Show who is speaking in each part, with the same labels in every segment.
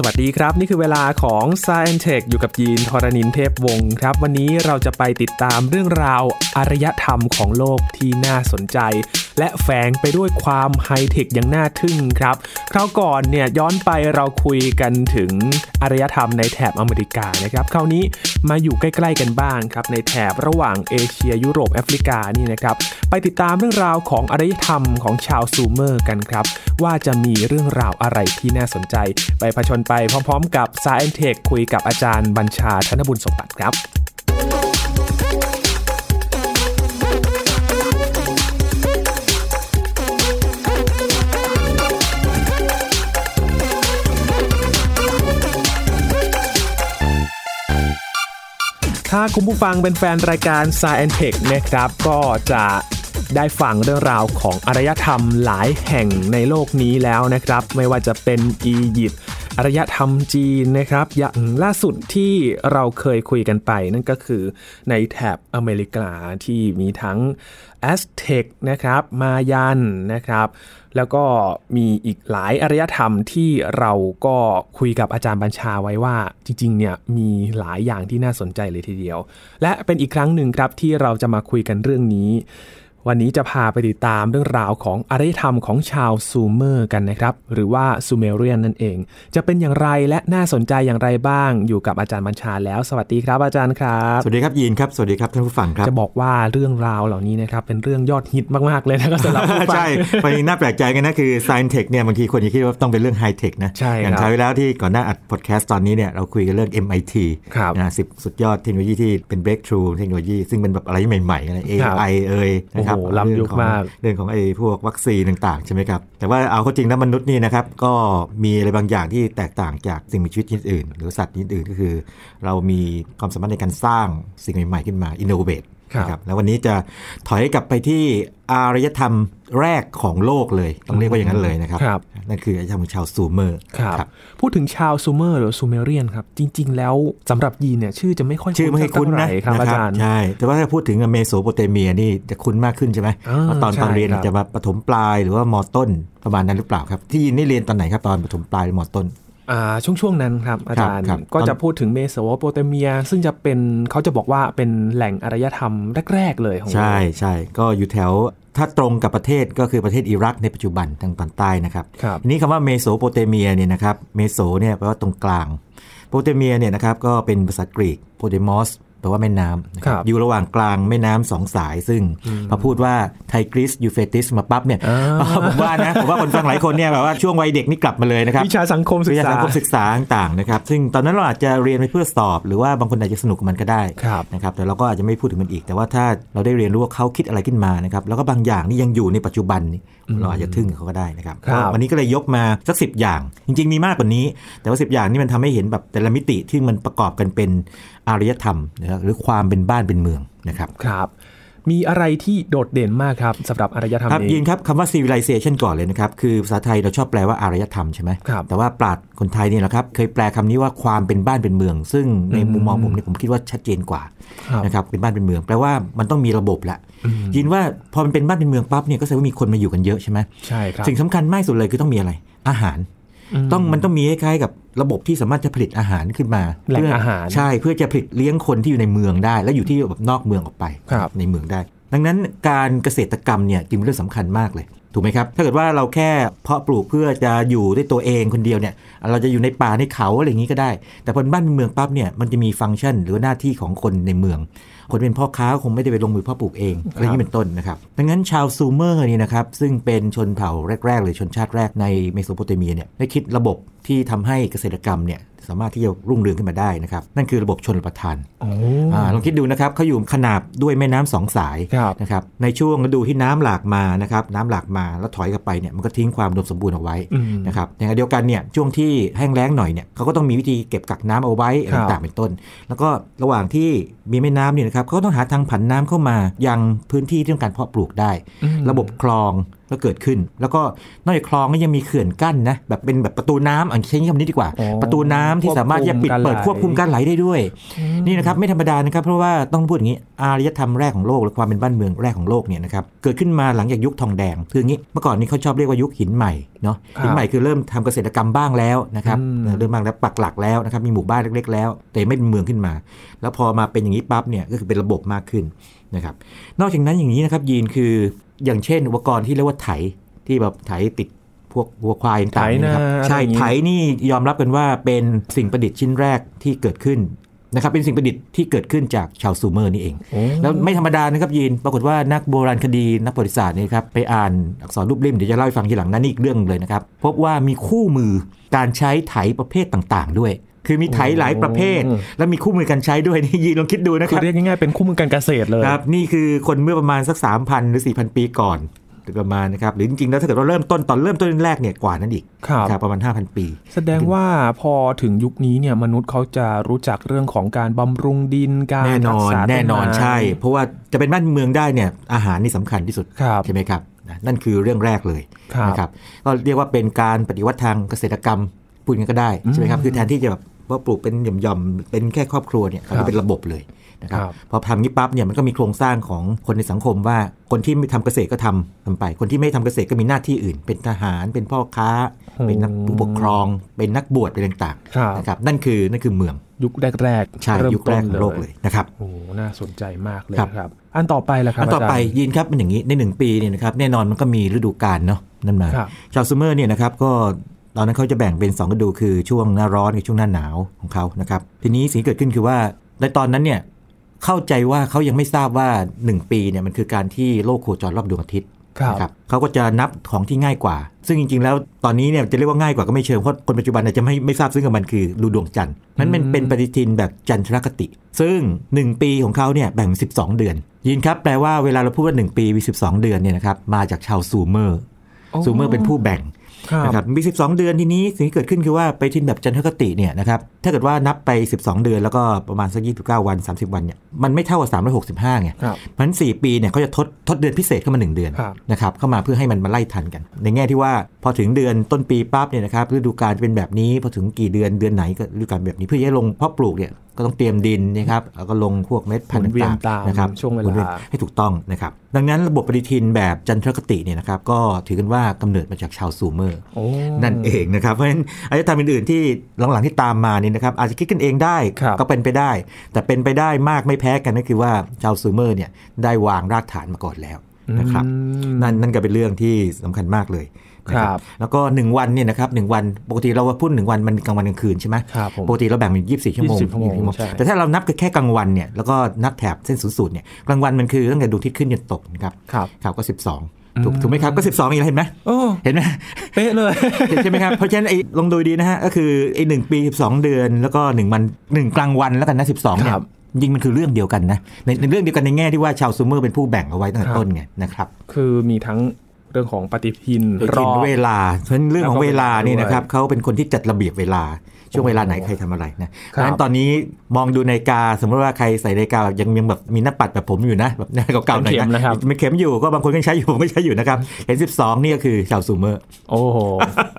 Speaker 1: สวัสดีครับ นี่คือเวลาของ s ซ e n t e c h อยู่กับยีนทรณินเทพวงศ์ครับ วันนี้เราจะไปติดตามเรื่องราวอารยธรรมของโลกที่น่าสนใจ และแฝงไปด้วยความไฮเทคอย่างน่าทึ่งครับ คราวก่อนเนี่ยย้อนไปเราคุยกันถึงอารยธรรมในแถบอเมริกานะครับ คราวนี้มาอยู่ใกล้ๆกันบ้างครับในแถบระหว่างเอเชียยุโรปแอฟริกานี่นะครับ ไปติดตามเรื่องราวของอารยธรรมของชาวซูเมอร์กันครับ ว่าจะมีเรื่องราวอะไรที่น่าสนใจ ไปผชนไปพร้อมๆ กับ s ายเทคคุยกับอาจารย์บัญชาธนบุญสมบัติครับ ถ้าคุณผู้ฟังเป็นแฟนรายการ s ายเทคนะครับ ก็จะได้ฟังเรื่องราวของอารยธรรมหลายแห่งในโลกนี้แล้วนะครับ ไม่ว่าจะเป็นอียิปต์อารยธรรมจีนนะครับ อย่างล่าสุดที่เราเคยคุยกันไป นั่นก็คือในแถบอเมริกาที่มีทั้งแอสเท็กนะครับ มายันนะครับ แล้วก็มีอีกหลายอารยธรรมที่เราก็คุยกับอาจารย์บัญชาไว้ว่าจริงๆเนี่ยมีหลายอย่างที่น่าสนใจเลยทีเดียว และเป็นอีกครั้งหนึ่งครับที่เราจะมาคุยกันเรื่องนี้ วันนี้จะพาไปติดตามเรื่องราวของอารยธรรมของชาวซูเมอร์กันนะครับ หรือว่าซูเมเรียนนั่นเอง จะเป็นอย่างไรและน่าสนใจอย่างไรบ้าง อยู่กับอาจารย์บัญชาแล้ว สวัสดีครับอาจารย์ครับ
Speaker 2: สวัสดีครับยีนครับสวัสดีครับท่านผู้ฟังครับ
Speaker 1: จะบอกว่าเรื่องราวเหล่านี้นะครับเป็นเรื่องยอดฮิตมากๆเลยนะครับสำหรับผู้ฟัง
Speaker 2: ใช่ไปน่าแปลกใจกันนะคือ Science Tech เนี่ยบางทีคนจะคิดว่าต้องเป็นเรื่องไฮเทคนะ
Speaker 1: ใช่ครับ
Speaker 2: อย่างคราวที่แล้วที่ก่อนหน้าอัดพอดแคสต์ตอนนี้เนี่ยเราคุยกันเรื่อง MIT
Speaker 1: ครับ
Speaker 2: นะสิบสุดยอดเทคโนโลยีที่เป็น breakthrough เทคโนโลยีซึ่งเป็นแบบอะไรใหม่ๆอะไร
Speaker 1: ครับ
Speaker 2: AI เอ่ยนะครับ
Speaker 1: โอ้โหล้ำยุคมาก
Speaker 2: เรื่องของเรื่องของไอ้พวกวัคซีนต่างๆใช่ไหมครับแต่ว่าเอาเข้าจริงแล้วมนุษย์นี่นะครับก็มีอะไรบางอย่างที่แตกต่างจากสิ่งมีชีวิตชนิดอื่น หรือสัตว์ชนิดอื่นก็คือ เรามีความสามารถในการสร้างสิ่งใหม่ๆขึ้นมา innovate
Speaker 1: ครับ
Speaker 2: นะครับ แล้ววันนี้จะถอยกลับไปที่อารยธรรมแรกของโลกเลย ต้องเรียกว่าอย่างนั้นเลยนะครับ
Speaker 1: ครับ
Speaker 2: นั่นคืออารยธรรมของชาวซูเมอร์
Speaker 1: ครับ พูดถึงชาวซูเมอร์หรือซูเมเรียนครับ จริง ๆ แล้วสำหรับยีนเนี่ยชื่อจะไม่ค่อย
Speaker 2: ชื่อไม่ให้คุ้น
Speaker 1: สัก
Speaker 2: นะ
Speaker 1: เท่าไหครับอาจารย์
Speaker 2: ใช่ แต่ว่าถ้าพูดถึงเมโสโปเตเมียนี่จะคุ้นมากขึ้นใช่ไหม
Speaker 1: อ่า
Speaker 2: ว่าตอน
Speaker 1: ใช่
Speaker 2: ตอนเรียน
Speaker 1: ครับ
Speaker 2: จะมาปฐมปลายหรือว่ามต้นประมาณนั้นหรือเปล่าครับ ที่ยินนี่เรียนตอนไหนครับตอนปฐมปลายหรือมต้น
Speaker 1: อ่าช่วงช่วงๆนั้นครับอาจารย์
Speaker 2: ครับ
Speaker 1: ก็
Speaker 2: ตอน
Speaker 1: จะพูดถึงเมโสโปเตเมีย ซึ่งจะเป็นเขาจะบอกว่าเป็นแหล่งอารยธรรมแรก ๆ เลยของ
Speaker 2: ใช่ใช่ก็อยู่แถวถ้าตรงกับประเทศก็คือประเทศอิรักในปัจจุบันทางตอนใต้นะครับ
Speaker 1: ครับ
Speaker 2: ทีนี้คำว่าเมโสโปเตเมียเนี่ยนะครับเมโสเนี่ยแปลว่าตรงกลางโปเตเมียเนี่ยนะครับก็เป็นภาษากรีกโปเตมอสแปลว่าแม่น้ำนะค
Speaker 1: ครั
Speaker 2: รับบ อยู่ระหว่างกลางแม่น้ำสองสาย ซึ่งพอพูดว่าไทกริสยูเฟติสมาปั๊บเนี่ย
Speaker 1: อ่า
Speaker 2: ผมว่านะผมว่าคนฟังหลายคนเนี่ยแบบว่าช่วงวัยเด็กนี่กลับมาเลยนะครับ
Speaker 1: วิชาสังคมศึ
Speaker 2: วิ
Speaker 1: ก
Speaker 2: ทยา
Speaker 1: ษา
Speaker 2: สังคมศึกษาต่างๆนะครับ ซึ่งตอนนั้นเราอาจจะเรียนไปเพื่อสอบ หรือว่าบางคนอาจจะสนุกกับมันก็ได้
Speaker 1: ครับ
Speaker 2: นะครับ แต่เราก็อาจจะไม่พูดถึงมันอีก แต่ว่าถ้าเราได้เรียนรู้ว่าเขาคิดอะไรขึ้นมานะครับ แล้วก็บางอย่างนี่ยังอยู่ในปัจจุบันนี่เราอาจจะทึ่งกับเขาก็ได้นะครับ
Speaker 1: ครับ
Speaker 2: ก็วันนี้ก็เลยยกมาสักสิอย่าง จริง ๆ มีมากกว่านี้ แต่ว่า 10 อย่างนี่มันทำให้เห็นแบบแต่ละมิติที่มันประกอบกันเป็นอารยธรรมนะครับหรือความเป็นบ้านเป็นเมืองนะครับ
Speaker 1: ครับ มีอะไรที่โดดเด่นมากครับสำหรับอารยธรรม
Speaker 2: ครับ
Speaker 1: นี้
Speaker 2: ยินครับคำว่า civilization ก่อนเลยนะครับ คือภาษาไทยเราชอบแปลว่าอารยธรรมใช่ไหม
Speaker 1: ครับ
Speaker 2: แต่ว่าปราดคนไทยเนี่ยนะครับ เคยแปลคำนี้ว่าความเป็นบ้านเป็นเมือง ซึ่งในมุมมองผมเนี่ยผมคิดว่าชัดเจนกว่า
Speaker 1: ครับ
Speaker 2: นะครับเป็นบ้านเป็นเมือง แปลว่ามันต้องมีระบบละยินว่าพอมันเป็นบ้านเป็นเมืองปั๊บเนี่ยก็แสดงว่ามีคนมาอยู่กันเยอะใช่ไหม
Speaker 1: ใช่ครับ
Speaker 2: สิ่งสำคัญมากที่สุดเลยคือต้องมีอะไร อาหาร ต้องมันต้องมีคล้ายๆกับระบบที่สามารถจะผลิตอาหารขึ้นมา
Speaker 1: แหล่ง
Speaker 2: เพื่
Speaker 1: อาหาร
Speaker 2: ใช่เพื่อจะผลิตเลี้ยงคนที่อยู่ในเมืองได้ และอยู่ที่แบบนอกเมืองออกไป
Speaker 1: ครับ
Speaker 2: ในเมืองได้ ดังนั้นการเกษตรกรรมเนี่ยจึงเป็นเรื่องสำคัญมากเลย ถูกไหมครับ ถ้าเกิดว่าเราแค่เพาะปลูกเพื่อจะอยู่ด้วยตัวเองคนเดียวเนี่ย เราจะอยู่ในป่าในเขาอะไรอย่างนี้ก็ได้ แต่พอเป็นบ้านเป็นเมืองปั๊บเนี่ย มันจะมีฟังก์ชันหรือว่าหน้าที่ของคนในเมือง คนเป็นพ่อค้าคงไม่ได้ไปลงมือเพาะปลูกเองอะไรอย่างนี้เป็นต้นนะครับ ดังนั้นชาวซูเมอร์นี่นะครับ ซึ่งเป็นชนเผ่าแรกๆเลยชนชาติแรกในเมโสโปเตเมียเนี่ย ได้คิดระบบที่ทำให้เกษตรกรรมเนี่ยสามารถที่จะรุ่งเรืองขึ้นมาได้นะครับ นั่นคือระบบชนประทาน
Speaker 1: โอ้
Speaker 2: อ่าลองคิดดูนะครับเขาอยู่ขนาบด้วยแม่น้ำสองสาย
Speaker 1: ครับ
Speaker 2: นะครับในช่วงฤดูที่น้ำหลากมานะครับน้ำหลากมาแล้วถอยกลับไปเนี่ยมันก็ทิ้งความอุดมสมบูรณ์เอาไว้
Speaker 1: อืม
Speaker 2: นะครับอย่างเดียวกันเนี่ยช่วงที่แห้งแล้งหน่อยเนี่ยเขาก็ต้องมีวิธีเก็บกักน้ำเอาไว้
Speaker 1: ครับ
Speaker 2: ต่างๆเป็นต้น แล้วก็ระหว่างที่มีแม่น้ำเนี่ยนะครับเขาก็ต้องหาทางผันน้ำเข้ามายังพื้นที่ที่ต้องการเพาะปลูกได้
Speaker 1: อืม
Speaker 2: ระบบคลอง ก็เกิดขึ้น แล้วก็นอกจากคลองก็ยังมีเขื่อนกั้นนะแบบเป็นแบบประตูน้ำอ่ะใช้คำนี้ดีกว่า
Speaker 1: อ๋อ
Speaker 2: ประตูน้ำที่สามารถจะปิดเปิด
Speaker 1: ค
Speaker 2: คว ว
Speaker 1: บบ คุ
Speaker 2: คุ
Speaker 1: ม
Speaker 2: ม
Speaker 1: กา
Speaker 2: การ ร
Speaker 1: ไห
Speaker 2: ไห
Speaker 1: ล
Speaker 2: ลได้ด้วย นี่นะครับไม่ธรรมดานะครับเพราะว่าต้องพูดอย่างนี้อารยธรรมแรกของโลกและความเป็นบ้านเมืองแรกของโลกเนี่ยนะครับเกิดขึ้นมาหลังจากยุคทองแดงคืออย่างนี้เมื่อก่อนนี้เขาชอบเรียกว่ายุคหินใหม่เนาะ
Speaker 1: ครับ
Speaker 2: หินใหม่คือเริ่มทำเกษตรกรรมบ้างแล้วนะครับ
Speaker 1: อืม
Speaker 2: เออเริ่มบ้างแล้วปักหลักแล้วนะครับมีหมู่บ้านเล็กๆ แล้ว แต่ไม่เป็นเมืองขึ้นมา แล้วพอมาเป็นอย่างนี้ปั๊บเนี่ยก็คือเป็นระบบมากขึ้นนะครับนอกจากนั้นอย่างนี้นะครับยีนคืออย่างเช่น อุปกรณ์ที่เรียกว่าไถที่แบบไถติดพวกวัวควายต่างๆเนยนะครับ
Speaker 1: ไถนา
Speaker 2: ใช่
Speaker 1: อะไรอย่างงี้
Speaker 2: ไถ ไอ้นี่ยอมรับกันว่าเป็นสิ่งประดิษฐ์ชิ้นแรกที่เกิดขึ้นนะครับเป็นสิ่งประดิษฐ์ที่เกิดขึ้นจากชาวซูเมอร์นี่เอง แล้วไม่ธรรมดานะครับยีนปรากฏว่านักโบราณคดีนักประวัติศาสตร์เนี่ยครับไปอ่านอักษรรูปเล่มเดี๋ยวจะเล่าให้ฟังทีหลังนั่นอีกเรื่องเลยนะครับ พบว่ามีคู่มือการใช้ไถประเภทต่างๆ ด้วย คือมีไถหลายประเภท
Speaker 1: อืม
Speaker 2: และมีคู่มือการใช้ด้วยนี่ยีนลองคิดดูนะค
Speaker 1: คือ
Speaker 2: รับ
Speaker 1: เรียกง่ายๆเป็นคู่มือการเกษตรเลย
Speaker 2: ครับนี่คือคนเมื่อประมาณสัก 3,000 หรือ 4,000 ปีก่อนโดยประมาณนะครับหรือจริงๆแล้วถ้าเกิดเราเริ่มต้นตอนเริ่มต้นแรกเนี่ยกว่านั้นอีก
Speaker 1: ครับ
Speaker 2: ประมาณ 5,000 ปี
Speaker 1: แสดงว่าพอถึงยุคนี้เนี่ยมนุษย์เขาจะรู้จักเรื่องของการบำรุงดินการ
Speaker 2: แน่น
Speaker 1: รั
Speaker 2: อก น
Speaker 1: ษาต้ไม้
Speaker 2: แน่นอนใช่ เพราะว่าจะเป็นบ้านเมืองได้เนี่ยอาหารนี่สำคัญที่สุด
Speaker 1: ครับ
Speaker 2: ใช่ไหมครับนะนั่นคือเรื่องแรกเลย
Speaker 1: ครับ
Speaker 2: นะครับก็เรียกว่าเป็นการปฏิวัติทางเกษตรกรรมพูดกันก็ได้ใช่ไหมครับ
Speaker 1: อืม
Speaker 2: คือแทนที่จะแบบว่าปลูกเป็นหย่อมๆเป็นแค่ครอบครัวเนี่ย
Speaker 1: ครั
Speaker 2: ก็
Speaker 1: บ
Speaker 2: เป็นระบบเลยนะครับ
Speaker 1: ครับ
Speaker 2: พอทำนี้ปั๊บเนี่ยมันก็มีโครงสร้างของคนในสังคมว่าคนที่ไม่ทำเกษตรก็ทำทำไป คนที่ไม่ทำเกษตรก็มีหน้าที่อื่น เป็นทหารเป็นพ่อค้า
Speaker 1: อืม
Speaker 2: เป็นนักผู้ปกครอง เป็นนักบวชเป็นต่าง
Speaker 1: ครับ
Speaker 2: ๆนะครับนั่นคือนั่นคือเมือง
Speaker 1: ยุคแรกๆ
Speaker 2: ใช่
Speaker 1: เริ่ม
Speaker 2: ยุคแรกของโลกเลยนะครับ
Speaker 1: โอ้โหน่าสนใจมากเลย
Speaker 2: ครับ
Speaker 1: ครับ อันต่อไปล่ะครับ
Speaker 2: อันต่อไป
Speaker 1: าจารย์
Speaker 2: ยีนครับมันอย่างนี้ในหนึ่งปีเนี่ยนะครับแน่นอนมันก็มีฤดูกาลเนาะนั่นมา
Speaker 1: ครับ
Speaker 2: ชาวซูเมอร์เนี่ยนะครับก็ตอนนั้นเขาจะแบ่งเป็นสองฤดูคือช่วงหน้าร้อนกับช่วงหน้าหนาวของเขานะครับทีนี้สิ่งที่เกิดขึ้นคือว่าในตอนนั้นเนี่ยเข้าใจว่าเขายังไม่ทราบว่า 1 ปีเนี่ยมันคือการที่โลกโคจรรอบดวงอาทิตย์
Speaker 1: ครับ
Speaker 2: นะเขาก็จะนับของที่ง่ายกว่า ซึ่งจริง ๆ แล้วตอนนี้เนี่ยจะเรียกว่าง่ายกว่าก็ไม่เชิงเพราะคนปัจจุบันอาจจะไม่ไม่ทราบซึ่งกับมันคือดูดวงจันทร์นั้นมันเป็นปฏิทินแบบจันทรคติ ซึ่ง 1 ปีของเขาเนี่ยแบ่งเป็น12 เดือน ยินครับแปลว่าเวลาเราพูดว่าหนึ่งปีมี12 เดือนเนี่ยนะครับมาจากชาวซูเมอร์ ซูเมอร์เป็นผู้แบ่ง
Speaker 1: ครับ
Speaker 2: นะครับมี 12 เดือนทีนี้สิ่งที่เกิดขึ้นคือว่าไปทินแบบจันทรคติเนี่ยนะครับถ้าเกิดว่านับไป 12 เดือนแล้วก็ประมาณสัก29 วัน 30 วันเนี่ยมันไม่เท่ากับ365ไง
Speaker 1: ครับ
Speaker 2: เพราะฉะนั้น 4 ปีเนี่ยเขาจะทดทดเดือนพิเศษเข้ามา 1 เดือน
Speaker 1: ครับ
Speaker 2: นะครับเข้ามาเพื่อให้มันมาไล่ทันกัน ในแง่ที่ว่าพอถึงเดือนต้นปีปั๊บเนี่ยนะครับฤดูกาลจะเป็นแบบนี้พอถึงกี่เดือนเดือนไหนก็ฤดูกาลแบบนี้เพื่อจะลงเพาะปลูกเนี่ยก็ต้องเตรียมดินนะครับแล้วก็ลงพวกเม็ดพัน
Speaker 1: หมุ
Speaker 2: ธุ์
Speaker 1: นเวียน
Speaker 2: ต่างๆนะครับ
Speaker 1: ตามช่วงเวลา
Speaker 2: หมุนยน ให้ถูกต้องนะครับ ดังนั้นระบบปฏิทินแบบจันทรคติเนี่ยนะครับก็ถือกันว่ากำเนิดมาจากชาวซูเมอร์
Speaker 1: โอ้
Speaker 2: นั่นเองนะครับ เพราะฉะนั้นอารยธรรมอื่นๆที่หลังๆที่ตามมานี่นะครับอาจจะคิดกันเองได้
Speaker 1: ครับ
Speaker 2: ก็เป็นไปได้ แต่เป็นไปได้มากไม่แพ้กันก็คือว่าชาวซูเมอร์เนี่ยได้วางรากฐานมาก่อนแล้วนะครับ
Speaker 1: อืม
Speaker 2: นั่นนั่นก็เป็นเรื่องที่สำคัญมากเลยนะ
Speaker 1: ค
Speaker 2: ค
Speaker 1: รั
Speaker 2: รับ บ แล้วก็ 1 วันเนี่ยนะครับหนึ่งวันปกติเราพูดหนึ่งวันมันกลางวันกลางคืนใช่ไหม
Speaker 1: ครับผม
Speaker 2: ปกติเราแบ่งเป็น24 ชั่วโมง
Speaker 1: 24ชั่วโมง
Speaker 2: 24
Speaker 1: ใช่
Speaker 2: แต่ถ้าเรานับกันแค่กลางวันเนี่ย แล้วก็นับแถบเส้นศูนย์สูตรเนี่ย กลางวันมันคือตั้งแต่ดวงอาทิตย์ขึ้นจนตกนะครับ
Speaker 1: ครับ
Speaker 2: ครับก็
Speaker 1: อืม
Speaker 2: 12 ถูกถูกไหมครับ ก็ 12อีกแล้วเห็นไหม
Speaker 1: โอ้
Speaker 2: เห็นไหม
Speaker 1: เป๊ะเลย
Speaker 2: เห็นใช่ไหมครับ เพราะฉะนั้นไอ้ลองดูดีนะฮะ ก็คือไอ้หนึ่งปี 12 เดือน แล้วก็หนึ่งวันหนึ่งกลางวันแล้วกันนะ 12
Speaker 1: ค
Speaker 2: เนี่ย
Speaker 1: รับ
Speaker 2: จริงมันคือเรื่องเดียวกันนะ ในในเรื่องเดียวกันในแง่ที่ว่าชาวซูเมอร์เป็นผู้แบ่งเอาไว้ตั้งแต่ต้นไงนะครับ
Speaker 1: คือมีทั้งเรื่องของปฏิทิน
Speaker 2: ไป
Speaker 1: ร
Speaker 2: กิ
Speaker 1: อนบ
Speaker 2: เวลาเพราะฉะนั้นเรื่องของเวลานี่นะครับเขาเป็นคนที่จัดระเบียบเวลา ช่วงเวลาไหนใครทำอะไรนะเพ
Speaker 1: ครับ
Speaker 2: ราะฉะนั้นตอนนี้มองดูนาฬิกา สมมติว่าใครใส่นาฬิกาแบบยังยังแบบมีหน้าปัดแบบผมอยู่นะแบบหน้าเก่าๆหน่อย
Speaker 1: เป็นเข็มนะครับ
Speaker 2: มันเข็มอยู่ก็บางคนก็ยังใช้อยู่ ผมก็ใช้อยู่นะครับเห็น 12 นี่ก็คือชาวซูเมอร์
Speaker 1: โอ้โห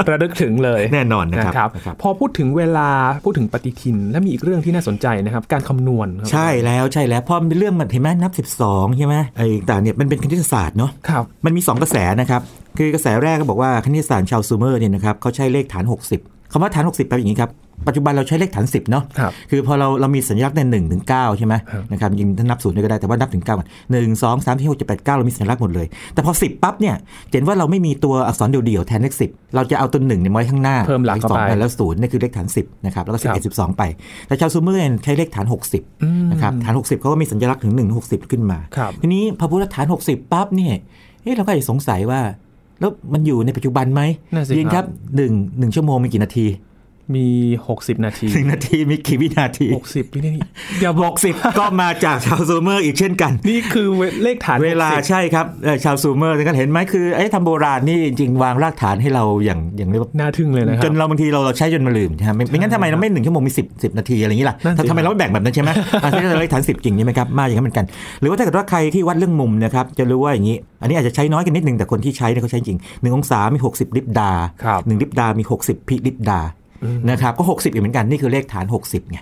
Speaker 1: ระลึกถึงเลย
Speaker 2: แน่นอนนะ
Speaker 1: นะครับครับ
Speaker 2: นะครับ
Speaker 1: พอพูดถึงเวลาพูดถึงปฏิทิน และมีอีกเรื่องที่น่าสนใจนะครับ การคำนวณครับ
Speaker 2: ใช่แล้วใช่แล้วพอมันเป็นเรื่องมันเห็นไหมนับ 12ใช่ไหมไอ้ต่างเนี่ยมันเป็นคณิตศาสตร์เนาะ
Speaker 1: ครับ
Speaker 2: มันมี 2 กระแสนะครับ คือกระแสแรกก็บอกว่าคณิตศาสตร์ชาวซูเมอร์เนี่ยนะครับเขาใช้เลขฐาน 60คำว่าฐาน 60แปลว่าอย่างนี้ครับ ปัจจุบันเราใช้เลขฐาน 10 เนาะ
Speaker 1: ครับ
Speaker 2: คือพอเราเรามีสัญลักษณ์ในหนึ่งถึงเก้าใช่ไหม
Speaker 1: ครับ
Speaker 2: นะครับยิงถ้านับศูนย์ด้วยก็ได้แต่ว่านับถึงเก้าก่อนหนึ่งสองสามสี่หกเจ็ดแปดเก้าเรามีสัญลักษณ์หมดเลย แต่พอ 10 ปั๊บเนี่ยจะเห็นว่าเราไม่มีตัวอักษรเดี่ยวๆแทนเลข10 เราจะเอาตัวหนึ่งเนี่ยมาไว้ข้างหน้า
Speaker 1: เพิ่มหลักเข้า
Speaker 2: สอง
Speaker 1: ไป
Speaker 2: แล้วศูนย์นี่คือเลขฐาน 10นะครับแล้วก็
Speaker 1: ครับ
Speaker 2: 11 12 ไป แต่ชาวซูเมอร์เนี่ยใช้เลขฐาน 60
Speaker 1: อืม
Speaker 2: นะครับฐาน 60เขาก็มีสัญลักษณ์ถึง 1 60 ขึ้นมา
Speaker 1: ครับ
Speaker 2: ทีนี้พอพูดว่าฐาน 60 ปั๊บเนี่ยเอ๊ะเราก็อาจจะสงสัยว่า แล้วมันอยู่ในปัจจุบันไหม
Speaker 1: นั่นสิ
Speaker 2: ยิน
Speaker 1: ค
Speaker 2: ค
Speaker 1: รั
Speaker 2: รับ บหนึ่งหนึ่งชั่วโมงมีกี่นาที
Speaker 1: มี 60 นาที
Speaker 2: หนึ่งนาทีมีกี่วินา ที
Speaker 1: 60วินาทีอย่าบ
Speaker 2: ห
Speaker 1: อก
Speaker 2: กสิบก็มาจากชาวซูเมอร์อีกเช่นกัน
Speaker 1: นี่คือเลขฐาน
Speaker 2: เวลา
Speaker 1: 60
Speaker 2: ใช่ครับเอ่อชาวซูเมอร์นะครับเห็นไหมคือไอ้ทำโบราณนี่จริงๆวางรากฐานให้เราอย่างอย่างเรียกว่า
Speaker 1: น่าทึ่งเลยนะค
Speaker 2: จ
Speaker 1: รับ
Speaker 2: นเราบางทีเราเราใช้จนมาลืมใช่ไหมไม่ไม่งั้นทำไมเราไม่หนึ่งชั่วโมงมีสิบสิบนาทีอะไรอย่างนี้ล่ะ
Speaker 1: นั่นสิ
Speaker 2: ทำทำไมเราไม่แบ่งแบบนั้นใช่ไหมอ่ะใช้เราฐานสิบจริงใช่ไหมครับมาอย่างนั้นเหมือนกัน หรือว่าถ้าเกิดว่าใครที่วัดเรื่องมุมนะครับจะรู้ว่าอย่างนี้ อันนี้อาจจะใช้น้อยกันนิดนึงแต่คนที่ใช้เนี่ยเขาใช้จริงหนึ่งองศามี 60 ลิปดา
Speaker 1: ครับ
Speaker 2: หนึ่งลิปดามี 60 พิลิปดานะครับก็ 60อีกเหมือนกันนี่คือเลขฐาน 60ไง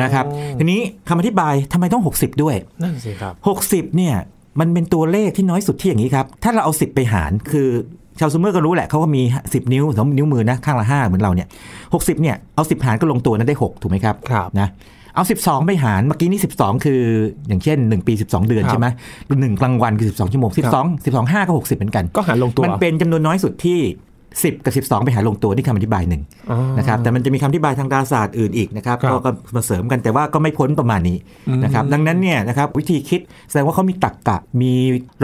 Speaker 2: นะครับทีนี้คำอธิบายทำไมต้อง 60 ด้วย
Speaker 1: นั่นสิครับ
Speaker 2: 60เนี่ยมันเป็นตัวเลขที่น้อยสุดที่อย่างนี้ครับ ถ้าเราเอา 10 ไปหารคือชาวซูเมอร์ก็รู้แหละเขาก็มี 10 นิ้วสองนิ้วมือนะข้างละ 5 เหมือนเราเนี่ย60เนี่ยเอา 10 หารก็ลงตัวนั้นได้ 6 ถูกไหมครับ
Speaker 1: ครับ
Speaker 2: นะเอา 12 ไปหารเมื่อกี้นี่ 12 คืออย่างเช่น 1 ปี 12 เดือน
Speaker 1: ครับ
Speaker 2: ใช่ไหมหนึ่งกลางวันคือ 12 ชั่วโมง
Speaker 1: ครับ
Speaker 2: 12 12 5ก็ 60 เหมือนกัน
Speaker 1: ก็หารลงตัว
Speaker 2: มันเป็นจำนวนน้อยสุดที่ 10 กับ 12 ไปหารลงตัวนี่คำอธิบายหนึ่ง
Speaker 1: อ๋อ
Speaker 2: นะครับแต่มันจะมีคำอธิบายทางดาราศาสตร์อื่นอีกนะครับ
Speaker 1: ครับ
Speaker 2: ก็ก็มาเสริมกันแต่ว่าก็ไม่พ้นประมาณนี้
Speaker 1: อืม
Speaker 2: นะครับดังนั้นเนี่ยนะครับวิธีคิดแสดงว่าเขามีตรรกกะ มี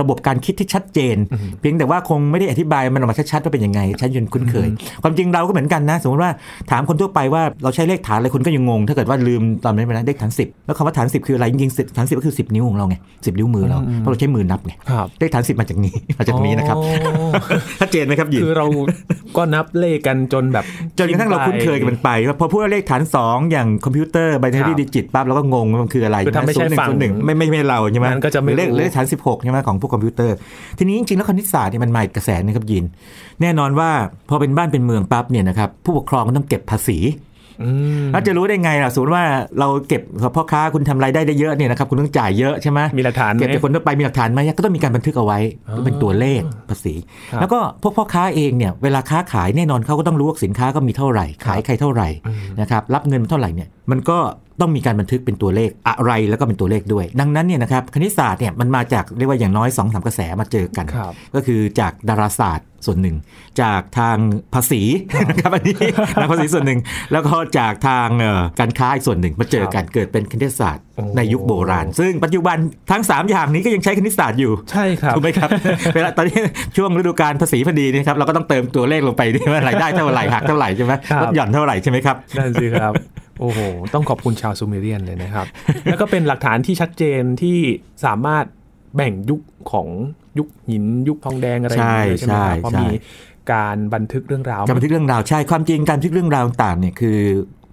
Speaker 2: ระบบการคิดที่ชัดเจน
Speaker 1: อืม
Speaker 2: เพียงแต่ว่าคงไม่ได้อธิบายมันออกมาชัดๆว่าเป็นยังไงชัดจนคุ้นเคย ความจริงเราก็เหมือนกันนะ สมมติว่าถามคนทั่วไปว่าเราใช้เลขฐานอะไรคนก็ยังงง ถ้าเกิดว่าลืมตอนนั้นไปนะเลขฐาน 10 แล้วคำว่าฐาน 10 คืออะไรจริงๆฐาน 10 ก็คือ 10 นิ้วของเราไง10 นิ้วมือเรา
Speaker 1: อืม
Speaker 2: เพราะเราใช้มือนับไง
Speaker 1: ครับ
Speaker 2: เลขฐาน 10 มาจากนี้ มาจากตรงนี้นะครับ
Speaker 1: อ๋อ
Speaker 2: ชัดเจนไหมครับหยิน
Speaker 1: คือเราก็นับเลขกันจนแบบ
Speaker 2: จนกระทั่งเราคุ้นเคยกันมันไปว่าพอพูดว่าเลขฐาน 2 อย่างคอมพิวเตอร์ไบนารีดิจิตปั๊บเราก็งงว่ามันคืออะไร
Speaker 1: คือถ้าไม่ใช่ฝั่ง
Speaker 2: หนึ่งไม่ไม่ไม่เราใช่ไหม
Speaker 1: งั้นก็จะไม่
Speaker 2: หรือ
Speaker 1: รู้
Speaker 2: เลขเลขฐาน 16 ใช่ไหมของพวกคอมพิวเตอร์ ทีนี้จริงๆ แล้วคณิตศาสตร์เนี่ยมันมาอีกกระแสหนะครับยิน แน่นอนว่าพอเป็นบ้านเป็นเมืองปั๊บเนี่ยนะครับผู้ปกครองก็ต้องเก็บภาษี
Speaker 1: อืม
Speaker 2: แล้วจะรู้ได้ไงล่ะสมมติว่าเราเก็บพ่อค้าคุณทำรายได้ได้เยอะเนี่ยนะครับคุณต้องจ่ายเยอะใช่ไหม
Speaker 1: มีหลักฐานไหม
Speaker 2: เก็บจากคนทั่วไปมีหลักฐานไหมก็ต้องมีการบันทึกเอาไว้
Speaker 1: อ๋อ
Speaker 2: เพื่อเป็นตัวเลขภาษี
Speaker 1: ครับ
Speaker 2: แล้วก็พวกพ่อค้าเองเนี่ยเวลาค้าขายแน่นอนเขาก็ต้องรู้ว่าสินค้าก็มีเท่าไหร่ ขายใครเท่าไหร่
Speaker 1: อืม
Speaker 2: นะครับรับเงินมาเท่าไหร่เนี่ยมันก็ต้องมีการบันทึกเป็นตัวเลขอะไรแล้วก็เป็นตัวเลขด้วย ดังนั้นเนี่ยนะครับคณิตศาสตร์เนี่ยมันมาจากเรียกว่าอย่างน้อย2องสามกระแสมาเจอกัน
Speaker 1: ครับ
Speaker 2: ก็คือจากดาราศาสตร์ส่วนหนึ่ง จากทางภา ษีนะครับอันนี้ทางภาษีส่วนหนึ่ง แล้วก็จากทางเอ่อการค้าอีกส่วนหนึ่งมาเจอกันเกิดเป็นคณิตศาสตร์
Speaker 1: โอ้
Speaker 2: ในยุคโบราณ ซึ่งปัจจุบันทั้ง 3 อย่างนี้ก็ยังใช้คณิตศาสตร์อยู่
Speaker 1: ใช่ครับ
Speaker 2: ถูกไหม ครับ เวลาตอนนี้ช่วงฤดูการภาษีพอดีนะครับเราก็ต้องเติมตัวเลขลงไปด้วยว่ารายได้เท่าไหร่หักเท่าไหร่ใช่ไหม
Speaker 1: ครับ
Speaker 2: ลดหย่อนเท่าไหร่ใช่ไหมครับ
Speaker 1: นั่นสิครับ โอ้โห ต้องขอบคุณชาวซูเมเรียนเลยนะครับ แล้วก็เป็นหลักฐานที่ชัดเจนที่สามารถแบ่งยุคของยุคหิน ยุคทองแดงอะไรอย่างเงี้ยเลยใช่ไหมครับ
Speaker 2: ใช่ใช่
Speaker 1: เพราะมีการบันทึกเรื่องราว
Speaker 2: การบันทึกเรื่องราวใช่ความจริงการบันทึกเรื่องราวต่างๆเนี่ยคือ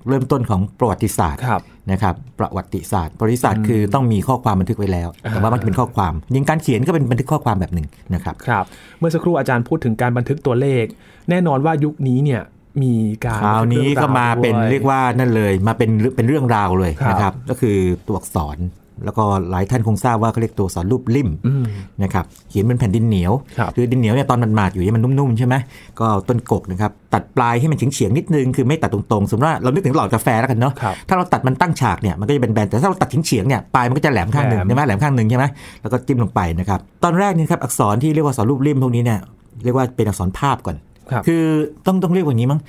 Speaker 2: เริ่มต้นของประวัติศาสตร์
Speaker 1: ครับ
Speaker 2: นะครับประวัติศาสตร์ประวัติศาสต
Speaker 1: อื
Speaker 2: ร์
Speaker 1: ม
Speaker 2: คือต้องมีข้อความบันทึกไว้แล้ว
Speaker 1: อ่า
Speaker 2: แต่ว่ามันจะเป็นข้อความยิงการเขียนก็เป็นบันทึกข้อความแบบหนึ่งนะครับ
Speaker 1: ครับ เมื่อสักครู่อาจารย์พูดถึงการบันทึกตัวเลข แน่นอนว่ายุคนี้เนี่ยมีการ
Speaker 2: คราวนี้ก็มาเป็น
Speaker 1: บัทึ
Speaker 2: เรียกว่านั่นเลยมาเป็นเป็นเรื่องราวเลยนะครับก็คือตัวอักษร แล้วก็หลายท่านคงทราบว่าเขาเรียกตัวอักษรรูปลิ่ม
Speaker 1: อืม
Speaker 2: นะครับเขียนเป็นแผ่นดินเหนียว
Speaker 1: ครับ
Speaker 2: อดินเหนียวเนี่ยตอนมันหมาดอยู่เนี่ยมันนุ่มๆใช่ไหมก็เอาต้นกกนะครับตัดปลายให้มันเฉียงๆนิดนึงคือไม่ตัดตรงๆสมมติว่าเรานึกถึงหลอดกาแฟแล้วกันเนาะ
Speaker 1: ครับ
Speaker 2: ถ้าเราตัดมันตั้งฉากเนี่ยมันก็จะเป็นแบนๆแต่ถ้าเราตัดทิ้งเฉียงๆเนี่ยปลายมันก็จะแหลมข้างหนึ่ง
Speaker 1: แหลม
Speaker 2: ใช่ไหมแหลมข้างหนึ่งใช่ไหมแล้วก็จิ้มลงไปนะครับตอนแรกเนี่ยครับอักษรที่เรียกว่าอักษรรูปริมพวกนี้เนี่ยเรียกว่าเป็นอักษรภาพก่อน
Speaker 1: ครับ
Speaker 2: คือต้องต้องเรียกว่าอย่างนี้มั้ง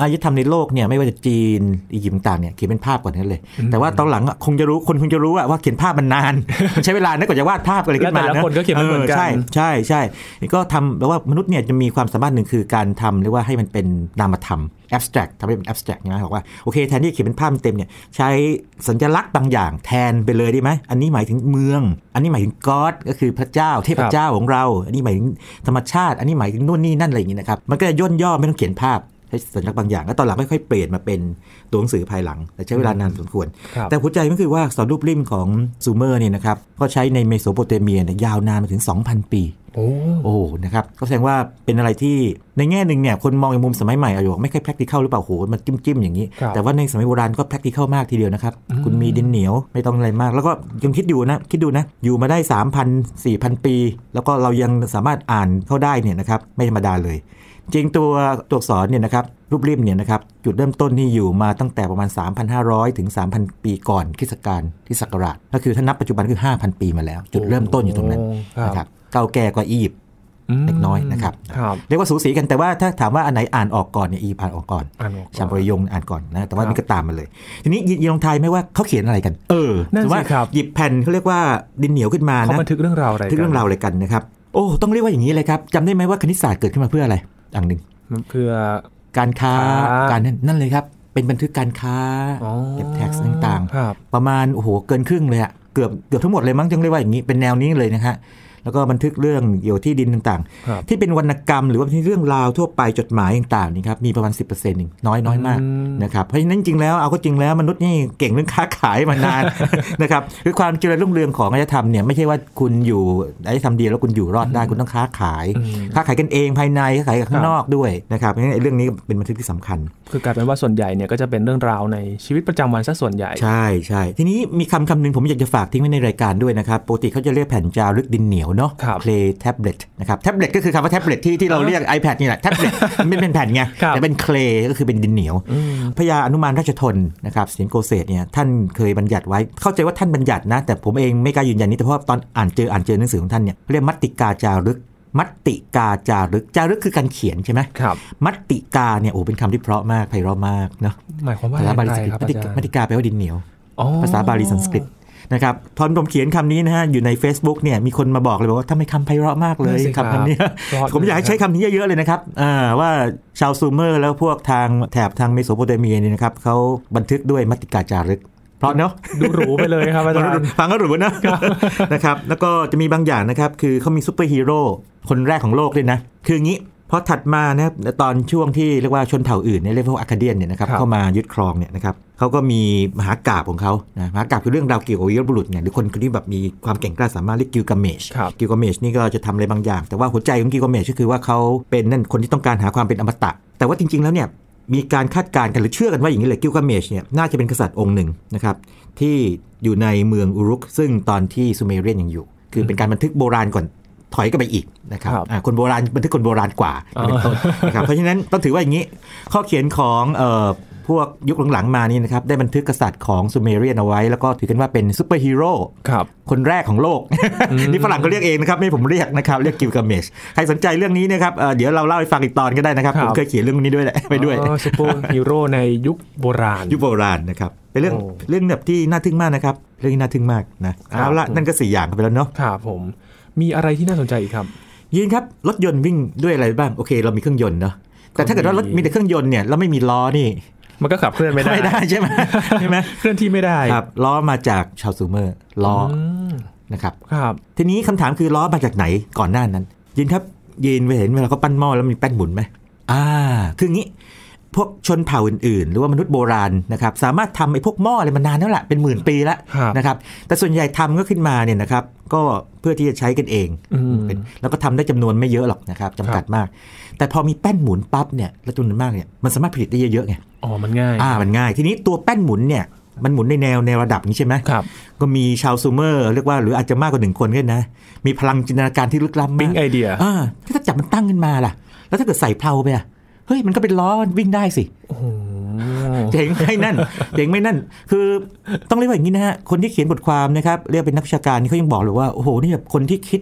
Speaker 2: อารยธรรมในโลกเนี่ยไม่ว่าจะจีนอียิปต์ต่างเนี่ยเขียนเป็นภาพก่อนนั้นเลย
Speaker 1: อืม
Speaker 2: แต่ว่าตอนหลังอะคงจะรู้คนคงจะรู้อะว่าเขียนภาพมันนาน มันใช้เวลานะกว่าจะวาดภาพอะไรขึ้นมา
Speaker 1: แล้วแต่ละ
Speaker 2: นะ
Speaker 1: คนก็เขียนไม่เหมือนกัน
Speaker 2: ใช่ใช่ใช่นี่ก็ทำแล้วว่ามนุษย์เนี่ยจะมีความสามารถหนึ่งคือการทำเรียกว่าให้มันเป็นนามธรรม abstract ทำให้เป็น abstract นะบอกว่าโอเคแทนที่จะเขียนเป็นภาพเต็มเนี่ยใช้สัญลักษณ์บางอย่างแทนไปเลยได้ไหมอันนี้หมายถึงเมือง อันนี้หมายถึง god ก็คือพระเจ้าเทพเจ้าของเรา อันนี้หมายถึงธรรมชาติ อันนี้หมายถึงนู่นนี่นั่นอะไรอย่างนี้นะครับมันก็จะย่นย่อไม่ต้องเขียนภาพใช้สัญลักษณ์บางอย่างแล้วตอนหลังค่อยๆเปลี่ยนมาเป็นตัวหนังสือภายหลังแต่ใช้เวลานานพอสมควร
Speaker 1: ครับ
Speaker 2: แต่หัวใจก็คือว่าสอนรูปริมของซูเมอร์เนี่ยนะครับก็ใช้ในเมโสโปเตเมียเนี่ยยาวนานมาถึง 2,000 ปี
Speaker 1: โอ้
Speaker 2: โอ้โหนะครับก็แสดงว่าเป็นอะไรที่ในแง่หนึ่งเนี่ยคนมองในมุมสมัยใหม่อาจจะบอกไม่ค่อย practical หรือเปล่าโหมันจิ้มจิ้มๆอย่างนี้
Speaker 1: ครับ
Speaker 2: แต่ว่าในสมัยโบราณก็ practical มากทีเดียวนะครับ
Speaker 1: อืม
Speaker 2: คุณมีดินเหนียวไม่ต้องอะไรมาก แล้วก็ยังคิดอยู่นะคิดดูนะ อยู่มาได้ 3,000 4,000 ปี แล้วก็เรายังสามารถอ่านเข้าได้เนี่ยนะครับไม่ธรรมดาเลย จริงตัวตัวอักษรเนี่ยนะครับรูปริมเนี่ยนะครับจุดเริ่มต้นที่อยู่มาตั้งแต่ประมาณ 3,500 ถึง 3,000 ปีก่อนคริสตกาลที่ศักราชก็คือถ้านับปัจจุบันก็คือ 5,000 ปีมาแล้ว จุดเริ่มต้นอยู่ตรงนั้น
Speaker 1: ครับ
Speaker 2: นะครับเก่าแก่กว่าอียิปต์
Speaker 1: ม
Speaker 2: เล็กน้อยนะครับ
Speaker 1: ครับ
Speaker 2: เรียกว่าสูสีกันแต่ว่าถ้าถามว่าอันไหนอ่านออกก่อนเนี่ยอียิปต์อ่านออกก่อน
Speaker 1: อ่านออกก่อน
Speaker 2: ชามปรยงอ่านก่อนนะแต่ว่า
Speaker 1: ครับ
Speaker 2: นี่ก็ตามมาเลย ทีนี้ยินองทายไหมว่าเขาเขียนอะไรกัน เออ
Speaker 1: นั่นสิ
Speaker 2: แต่ว่า
Speaker 1: ครับ
Speaker 2: หยิบแผ่นเขาเรียกว่าดินเหนียวขึ้นมา
Speaker 1: เขา
Speaker 2: นะ
Speaker 1: บันทึกเรื่องราวอะไร
Speaker 2: ถึงเรื่องราวอะไรกันนะครับโอ้ต้องเรียกว่าอย่างนี้เลยครับจำได้ไหมว่าคณิตศาสตร์เกิดขึ้นมาเพื่ออะไรอย่างหนึ่ง
Speaker 1: มันเพื่อ
Speaker 2: การค้า
Speaker 1: ครับ
Speaker 2: การนั่นนั่นเลยครับ เป็นบันทึกการค้าเก็บแท็กต่าง
Speaker 1: ครับ
Speaker 2: ๆ ประมาณโอ้โหเกินครึ่งเลยอะเกือบเกือบทั้งหมดเลยมั้งจังเรียกว่าอย่างนี้เป็นแนวนี้เลยนะฮะแล้วก็บันทึกเรื่องเกี่ยวที่ดินต่าง
Speaker 1: ครับ
Speaker 2: ๆ ที่เป็นวรรณกรรมหรือว่าเป็นเรื่องราวทั่วไปจดหมายต่างๆนี่ครับมีประมาณ 10%เองน้อยน้อยมาก นะครับเพราะฉะนั้นจริงๆแล้วเอาก็จริงแล้วมนุษย์นี่เก่งเรื่องค้าขายม านาน นะครับคือความเจริญรุ่งเรืองของอารยธรรมเนี่ยไม่ใช่ว่าคุณอยู่อารยธรรมเดียวแล้วคุณอยู่รอดได้คุณต้องค้าขาย
Speaker 1: อืม
Speaker 2: ค้าขายกันเองภายในค้าขายกับข้างนอกด้วยนะครับงั้นไอ้เรื่องนี้เป็นบันทึกที่สำคัญ
Speaker 1: คือกลายเป็นว่าส่วนใหญ่เนี่ยก็จะเป็นเรื่องราวในชีวิตประจำวันซะส่วนใหญ่
Speaker 2: ใช่ใช่ทีนี้มีคำคำหนึ่งผมอยากจะฝากทิ้งไว้ในรายการด้วยนะครับปกติเขาจะเรียกแผ่นจารึกดินเหนียวเนาะ
Speaker 1: ครับ
Speaker 2: clay tablet นะครับ tablet ก็คือคำว่า tablet ที่ที่เราเรียก iPad นี่แหละ tablet มันไม่เป็นแผ่นไง
Speaker 1: ครับ
Speaker 2: แต่เป็น clay ก็คือเป็นดินเหนียว
Speaker 1: อืม
Speaker 2: พญาอนุมานราชทนนะครับเสียงโกเศสเนี่ยท่านเคยบัญญัติไว้ เข้าใจว่าท่านบัญญัตินะ แต่ผมเองไม่กล้ายืนยันนี้แต่เพราะว่าตอนอ่านเจออ่านเจอหนังสือของท่านเนี่ยเรียกมัตติกาจารึก มัตติกาจารึกจารึกคือการเขียนใช่ไหม
Speaker 1: ครับ
Speaker 2: มัตติกาเนี่ยโอ้เป็นคำที่เพราะมากไพเราะมากเนาะ
Speaker 1: หมายความว่า
Speaker 2: ภาษาบาลี
Speaker 1: อะ
Speaker 2: ส
Speaker 1: ไร
Speaker 2: กฤต
Speaker 1: ครับ
Speaker 2: มัต
Speaker 1: อา
Speaker 2: ติ
Speaker 1: จารย์
Speaker 2: มัตติกาแปลว่าดินเหนียว
Speaker 1: อ๋อ
Speaker 2: ภาษาบาลีสันสกฤตนะครับตอนผมเขียนคำนี้นะฮะอยู่ใน Facebook เนี่ยมีคนมาบอกเลยบอกว่าทำไมคำไพเราะมากเลย
Speaker 1: นั่นสิครับ
Speaker 2: คำคำนี้
Speaker 1: เพราะ
Speaker 2: ผมอยากให้ใช้คำนี้เยอะๆเลยนะครับอ่าว่าชาวซูเมอร์แล้วพวกทางแถบทางเมโสโปเตเมียเนี่ยนะครับเขาบันทึกด้วยมัตติกาจารึก เพราะเนาะ
Speaker 1: ดูหรูไปเลยครับอาจารย์
Speaker 2: ฟังก็หรูนะ นะครับแล้วก็จะมีบางอย่างนะครับคือเขามีซูเปอร์ฮีโร่คนแรกของโลกเลยนะ คืออย่างงี้พอถัดมานะครับตอนช่วงที่เรียกว่าชนเผ่าอื่นเนี่ยเรียกว่าอาคาเดียนเนี่ยนะครับ
Speaker 1: ครับ
Speaker 2: เข้ามายึดครองเนี่ยนะครับเขาก็มีมหากาบของเขานะมหากาบคือเรื่องราวเกี่ยวกับวีรบุรุษเนี่ยหรือคนที่แบบมีความเก่งกล้าสามารถเรียกกิลกาเมช
Speaker 1: ครับ
Speaker 2: กิลกาเมชนี่ก็จะทำอะไรบางอย่าง แต่ว่าหัวใจของกิลกาเมชก็คือว่าเขาเป็นนั่นคนที่ต้องการหาความเป็นอมตะ แต่ว่าจริง ๆ แล้วเนี่ยมีการคาดการณ์กันหรือเชื่อกันว่าอย่างนี้เลยกิลกาเมชเนี่ยน่าจะเป็นกษัตริย์องค์หนึ่งนะครับที่อยู่ในเมืองอุรุก ซึ่งตอนที่ซูเมเรียนยังอยู่ คือเป็นการบันทึกโบราณก่อนถอยกันไปอีกนะครับ
Speaker 1: ครับ
Speaker 2: อ่าคนโบราณบันทึกคนโบราณกว่า
Speaker 1: อ๋อ
Speaker 2: เป็นต้นนะครับเพราะฉะนั้นต้องถือว่าอย่างนี้ ข้อเขียนของเอ่อพวกยุคหลังๆมานี่นะครับได้บันทึกกษัตริย์ของซูเมเรียนเอาไว้ แล้วก็ถือกันว่าเป็นซูเปอร์ฮีโร่
Speaker 1: ครับ
Speaker 2: คนแรกของโลก นี่ฝรั่งก็เรียกเองนะครับ ไม่ผมเรียกนะครับ เรียกกิลกาเมชใครสนใจเรื่องนี้นะครับเอ่อเดี๋ยวเราเล่าให้ฟังอีกตอนก็ได้นะครับ
Speaker 1: ครับ
Speaker 2: ผมเคยเขียนเรื่องนี้ด้วยแหละ ไปด้วย
Speaker 1: อ๋อซูเปอร์ฮีโร่ในยุคโบราณ
Speaker 2: ยุคโบราณนะครับเป็นเรื่อง
Speaker 1: โอ้
Speaker 2: เรื่องแบบที่น่าทึ่งมากนะครับเรื่องที่น่าทึ่งมากนะครับ เอาละนั่นก็สี่อย่างไปแล้วเนาะ
Speaker 1: ครับผม มีอะไรที่น่าสนใจอีกครับ
Speaker 2: ยินครับรถยนต์วิ่งด้วยอะไรบ้างโอเค เรามีเครื่องยนต์เนาะแต่ถ้าเกิดว่ารถ
Speaker 1: ก็มี
Speaker 2: มีแต่เครื่องยนต์เนี่ยแล้วไม่มีล้อนี่
Speaker 1: มันก็ขับเคลื่อนไม่ได้
Speaker 2: ไม่ได้ใช่ไหมใช่ไหม
Speaker 1: เคลื่อนที่ไม่ได้
Speaker 2: ครับล้อมาจากชาวซูเมอร์ล้ออ
Speaker 1: ม
Speaker 2: นะครับ
Speaker 1: ครับ
Speaker 2: ทีนี้คำถามคือล้อมาจากไหนก่อนหน้านั้นยินครับยินไปเห็นเวลาเขาปั้นหม้อแล้วมีแป้นหมุนไหมอ่า คืองี้ พวกชนเผ่าอื่นๆ หรือว่ามนุษย์โบราณนะครับสามารถทำไอ้พวกหม้ออะไรมานานแล้วล่ะเป็นหมื่นปีแล้ว
Speaker 1: ครับ
Speaker 2: นะครับแต่ส่วนใหญ่ทำก็ขึ้นมาเนี่ยนะครับก็เพื่อที่จะใช้กันเอง
Speaker 1: อืม
Speaker 2: เป็นแล้วก็ทำได้จำนวนไม่เยอะหรอกนะครับจำกัดมาก แต่พอมีแป้นหมุนปั๊บเนี่ยและจำนวนมากเนี่ยมันสามารถผลิตได้เยอะๆไง
Speaker 1: อ๋อมันง่าย
Speaker 2: อ่ามันง่าย ทีนี้ตัวแป้นหมุนเนี่ยมันหมุนในแนวในวระดับนี้ใช่ไหม
Speaker 1: ครับ
Speaker 2: ก็มีชาวซูเมอร์เรียกว่าหรืออาจจะมากกว่าหนึ่งคนก็ได้นะ มีพลังจินตนาการที่ลึกล้ำ
Speaker 1: ปิ๊
Speaker 2: มาง ก
Speaker 1: ไอเดีย
Speaker 2: อ่าถ้าจับมันตั้งขึ้นมาล่ะ แล้วถ้าเกิดใส่เพลาไปอ่ะเฮ้ยมันก็เป็นล้อวิ่งได้สิ
Speaker 1: โอ้โห
Speaker 2: เจ๋งไม่นั่น เจ๋งไม่นั่น คือต้องเรียกว่าอย่างนี้นะฮะ คนที่เขียนบทความนะครับเรียกเป็นนักวิชาการนี่เขายังบอกเลยว่าโอ้โหนี่แบบคนที่คิด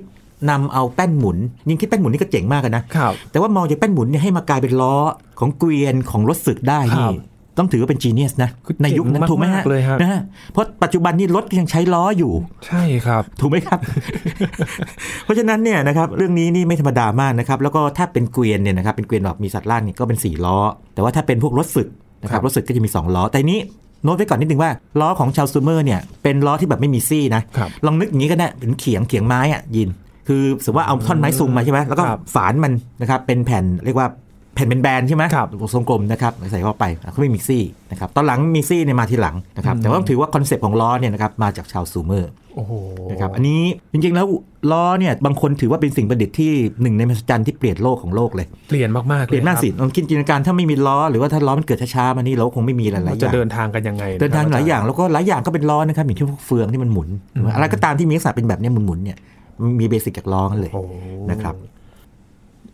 Speaker 2: นำเอาแป้นหมุน ยิ่งคิดแป้นหมุนนี่ก็เจ๋งมากอะนะ
Speaker 1: ครับ
Speaker 2: แต่ว่ามองจากแป้นหมุนเนี่ยให้มากลายเป็นล้อของเกวียนของรถสึกได้
Speaker 1: ครั
Speaker 2: นี่
Speaker 1: บ
Speaker 2: ต้องถือว่าเป็นจีเนียสนะ
Speaker 1: คือ
Speaker 2: ในยุคนั้น
Speaker 1: เจ๋งมาก
Speaker 2: ถูกไหมฮะ
Speaker 1: เลยครับ
Speaker 2: นะฮะเพราะปัจจุบันนี้รถก็ยังใช้ล้ออยู่
Speaker 1: ใช่ครับ
Speaker 2: ถูกไหมครับ เพราะฉะนั้นเนี่ยนะครับเรื่องนี้นี่ไม่ธรรมดามากนะครับ แล้วก็ถ้าเป็นเกวียนเนี่ยนะครับเป็นเกวียนแบบมีสัตว์ล่างนี่ก็เป็นสี่ล้อ แต่ว่าถ้าเป็นพวกรถสึกนะค
Speaker 1: ครั
Speaker 2: รับบ รถสึกก็จะมีสองล้อ แต่นี้โน้ตไว้ก่อนนิดนึงว่าล้อของชาวซูเมอร์เนี่ยเป็นล้อที่แบบไม่มีซี่นะ
Speaker 1: ครับ
Speaker 2: ลองนึกอย่างนี้ก็ได้เป็นเขียงเขียงไม้อะยิน คือสมมติว่าเอาท่อนไม้ซุงมาใช่ไหมแล้วก็
Speaker 1: ครับ
Speaker 2: ฝานมันนะครับเป็นแผ่นเรียกว่าแผ่นเป็นแบนๆใช่ไหม
Speaker 1: ครับ
Speaker 2: ทรงกลมนะครับใส่เข้าไปเขาไม่มีซี่นะครับตอนหลังมีซี่เนี่ยมาทีหลังนะครับ
Speaker 1: อืม
Speaker 2: แต่ว่าต้องถือว่าคอนเซปต์ของล้อเนี่ยนะครับมาจากชาวซูเมอร์
Speaker 1: โอ้โห
Speaker 2: นะครับอันนี้จริงๆแล้วล้อเนี่ยบางคนถือว่าเป็นสิ่งประดิษฐ์ที่หนึ่งในมหัศจรรย์ที่เปลี่ยนโลกของโลกเลย
Speaker 1: เปลี่ยนมากๆเลย
Speaker 2: เปลี่ยนมากสิลองคิดจินตนาการถ้าไม่มีล้อหรือว่าถ้าล้อมันเกิดช้าๆมานี่เราก็คงไม่มีหลายๆอ
Speaker 1: เรา
Speaker 2: ย่าง
Speaker 1: จะเดินทางกันยังไง
Speaker 2: เดินทางหลา
Speaker 1: ค
Speaker 2: ย
Speaker 1: รับ
Speaker 2: อย่างแล้วก็หลายอย่างก็เป็นล้อนะครับอย่างเช่นพวกเฟืองที่มันหมุน
Speaker 1: อืม
Speaker 2: อะไรก็ตามที่มีลักษณะเป็นแบบเนี้ยหมุนๆเนี่ยมันมีเบสิกจากล้อกันเลย
Speaker 1: โอ้โห
Speaker 2: นะครับ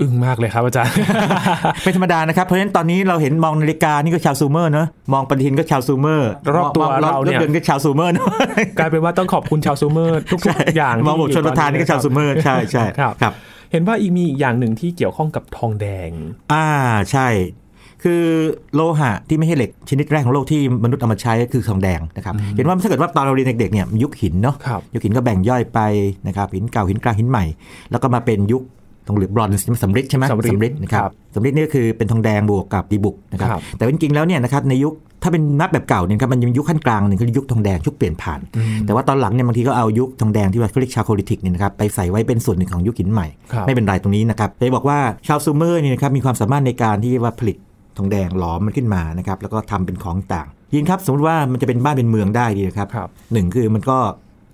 Speaker 1: อึ้งมากเลยครับอาจารย์
Speaker 2: ไม่ธรรมดานะครับ เพราะฉะนั้นตอนนี้เราเห็นมองนาฬิกานี่ก็ชาวซูเมอร์เนอะมองปฏิทินก็ชาวซูเมอร์
Speaker 1: รอบตัว
Speaker 2: มง
Speaker 1: เราเนี่ย
Speaker 2: ถยนต์ก็ชาวซูเมอร์เนอะ
Speaker 1: กลายเป็นว่าต้องขอบคุณชาวซูเมอร์ทุกๆอย่าง
Speaker 2: มองบทชนประธานนี่ก็ชาวซูเมอร์ใช่ใช่
Speaker 1: ครับ
Speaker 2: ครับ
Speaker 1: เห็นว่าอีกมีอีกอย่างหนึ่งที่เกี่ยวข้องกับทองแดง
Speaker 2: อ่าใช่ คือโลหะที่ไม่ใช่เหล็กชนิดแรกของโลกที่มนุษย์เอามาใช้ก็คือทองแดงนะครับเห็นว่าถ้าเกิดว่าตอนเราเรียนเด็กๆเนี่ยยุคหินเนาะ
Speaker 1: ครับ
Speaker 2: ยุคหินก็แบ่งย่อยไปนะครับหินเก่าหินกลางหินใหม่ แล้วก็มาเป็นยุค ทองเหลืองบรอนซ์สำริดใช่ไหม
Speaker 1: สำริด
Speaker 2: นะครับ
Speaker 1: ครับ
Speaker 2: สำริดนี่ก็คือเป็นทองแดงบวกกับดีบุกนะครับ
Speaker 1: ครับ
Speaker 2: แต่ว่าจริงๆแล้วเนี่ยนะครับในยุคถ้าเป็นนับแบบเก่าเนี่ยครับมันยังยุคขั้นกลางหนึ่งคือยุคทองแดงยุคเปลี่ยนผ่าน แต่ว่าตอนหลังเนี่ยบางทีก็เอายุคทองแดงที่ว่าเขาเรียกชาโคลิติกเนี่ยนะครับไปใส่ไว้เป็นส่วนหนึ่งของยุคหินใหม่
Speaker 1: ครับ
Speaker 2: ไม่เป็นไรตรงนี้นะครับไปบอกว่าชาวซูเมอร์เนี่ยนะครับมีความสามารถในการที่ว่าผลิตทองแดงหลอมมันขึ้นมานะครับแล้วก็ทำเป็นของต่างยินครับสมมติว่ามันจะเป็นบ้านเป็นเมืองได้ดีนะครับ
Speaker 1: ครับ
Speaker 2: หนึ่งคือมันก็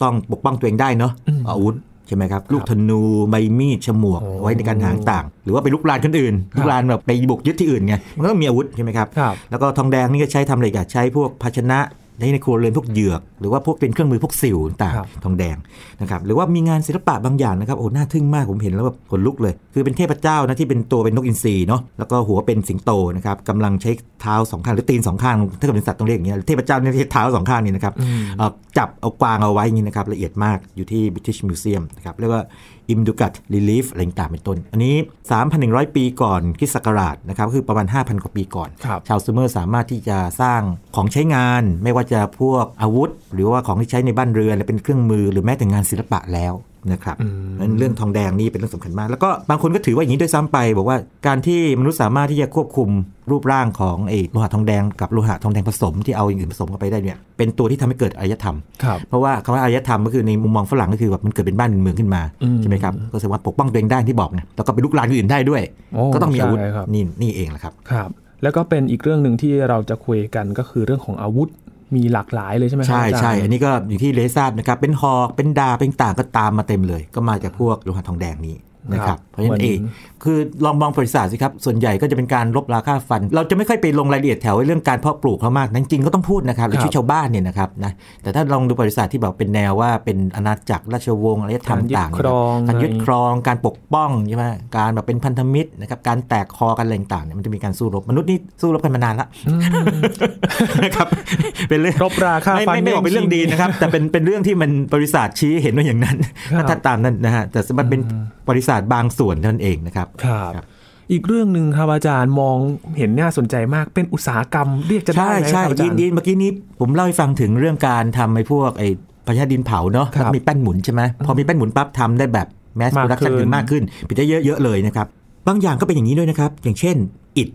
Speaker 2: ต้องปกป้องตัวเองได้เนาะอาวุธใช่ไหมครับ ลูกธนูใบมีดฉมวก
Speaker 1: โอ้
Speaker 2: เอาไว้ในการหาต่าง หรือว่าไปลุกรานคนอื่น
Speaker 1: ครับ
Speaker 2: ลุกรานแบบไปบุกยึดที่อื่นไงมันก็ต้องมีอาวุธใช่ไหมครับ
Speaker 1: ครับ
Speaker 2: แล้วก็ทองแดงนี่ก็ใช้ทำอะไรกันใช้พวกภาชนะในในครัวเรือนพวกเหยือก หรือว่าพวกเป็นเครื่องมือพวกสิวต่าง
Speaker 1: ครับ
Speaker 2: ทองแดงนะครับหรือว่ามีงานศิลปะบางอย่างนะครับโอ้น่าทึ่งมากผมเห็นแล้วแบบขนลุกเลย คือเป็นเทพเจ้านะที่เป็นตัวเป็นนกอินทรีเนาะแล้วก็หัวเป็นสิงโตนะครับกำลังใช้เท้าสองข้างหรือตีนสองข้างถ้าเกิดเป็นสัตว์ต้องเรียกอย่างเงี้ยเทพเจ้าเนี่ยใช้เท้าสองข้างนี่นะครับ
Speaker 1: อืม
Speaker 2: เอ่อจับเอากวางเอาไว้อย่างนี้นะครับละเอียดมากอยู่ที่ British Museum นะครับเรียกว่า i m d u g a t Relief อะไรต่างๆเป็นต้น อันนี้ 3,100 ปีก่อนคริสต์ศักราชนะครับคือประมาณ 5,000 กว่าปีก่อน
Speaker 1: ครับ
Speaker 2: ชาวซูเมอร์สามารถที่จะสร้างของใช้งาน ไม่ว่าจะพวกอาวุธ หรือว่าของที่ใช้ในบ้านเรือนหรือเป็นเครื่องมือหรือแม้แต่งานศิลปะแล้วนะครับนั้นเรื่องทองแดงนี่เป็นเรื่องสำคัญมาก แล้วก็บางคนก็ถือว่าอย่างนี้ด้วยซ้ำไป บอกว่าการที่มนุษย์สามารถที่จะควบคุมรูปร่างของไอ้โลหะทองแดงกับโลหะทองแดงผสมที่เอาอย่างอื่นผสมเข้าไปได้เนี่ยเป็นตัวที่ทำให้เกิดอารยธรรม
Speaker 1: ครับ
Speaker 2: เพราะว่าคำว่าอารยธรรมก็คือในมุมมองฝรั่งก็คือแบบมันเกิดเป็นบ้านเป็นเมืองขึ้นมา
Speaker 1: อืม
Speaker 2: ใช่ไหมครับก็แสดงว่าปกป้องตัวเองได้ที่บอกไงแล้วก็ไปลุกลานคนอื่นได้ด้วย
Speaker 1: โอ้
Speaker 2: ก็ต้องมีอาวุธ
Speaker 1: ใช่ครับ
Speaker 2: นี่นี่เองแหละครับ
Speaker 1: ครับ แล้วก็เป็นอีกเรื่องหนึ่งที่เราจะคุยกันก็คือเรื่องของอาวุธมีหลากหลายเลยใช่ไหมครับ
Speaker 2: ใช่
Speaker 1: อาจารย์
Speaker 2: ใช่ อันนี้ก็อย่างที่เลซาบนะครับ เป็นหอกเป็นดาบเป็นต่างก็ตามมาเต็มเลย ก็มาจากพวกโลหะทองแดงนี้นะค
Speaker 1: ครั
Speaker 2: รั
Speaker 1: บบ
Speaker 2: เพราะฉะ
Speaker 1: วั
Speaker 2: นั้นน
Speaker 1: นี้
Speaker 2: เองคือลองมองประวัติศาสตร์สิครับ ส่วนใหญ่ก็จะเป็นการลบราค่าฟัน เราจะไม่ค่อยไปลงรายละเอียดแถวเรื่องการเพาะปลูกเขามากนะจริงๆก็ต้องพูดนะครับหรือชื่อชาวบ้านเนี่ยนะครับนะ แต่ถ้าลองดูประวัติศาสตร์ที่แบบเป็นแนวว่าเป็นอาณาจักรราชวงศ์อะไร
Speaker 1: การ
Speaker 2: ทำ
Speaker 1: ยึด
Speaker 2: ต่างๆ
Speaker 1: คร
Speaker 2: เนี่ย
Speaker 1: อง
Speaker 2: การยึด
Speaker 1: ใน
Speaker 2: ครองการปกป้องใช่ไหมการแบบเป็นพันธมิตรนะครับการแตกคอกันอะไรต่างๆเนี่ยมันจะมีการสู้รบมนุษย์นี่สู้รบกันมานานละนะครับเป็นเรื่อง
Speaker 1: รบราฆ่า
Speaker 2: ไม่
Speaker 1: ฟัน
Speaker 2: ไม่ไม่บอกเป็นเรื่องดีนะครับ แต่เป็นเป็นเรื่องที่มันบริษัทชี้เห็นว่าอย่างนั้น
Speaker 1: ครับ
Speaker 2: ถ้าตามนั้นนะฮะแต่มันเป็นบริษัทบางส่วนเท่านั้นเองนะครับ
Speaker 1: ครับ
Speaker 2: ครับ
Speaker 1: อีกเรื่องหนึ่งครับอาจารย์มองเห็นน่าสนใจมากเป็นอุตสาหกรรมเรียกจะได้ไหมค
Speaker 2: ใช่ใช่
Speaker 1: รับอาจา
Speaker 2: ยิ
Speaker 1: ร
Speaker 2: น
Speaker 1: ย์
Speaker 2: ยินเมื่อกี้นี้ผมเล่าให้ฟังถึงเรื่องการทำไอ้พวกไอ้พญาดินเผาเนาะ
Speaker 1: ครับ
Speaker 2: แล้วก็มีแป้นหมุนใช่ไหมพอมีแป้นหมุนปั๊บทำได้แบบแมส
Speaker 1: มาก
Speaker 2: โปรดักชัน
Speaker 1: ขึ้น
Speaker 2: คือมากขึ้นปิดได้เยอะๆเลยนะครับ บางอย่างก็เป็นอย่างนี้ด้วยนะครับ อย่างเช่นอิฐ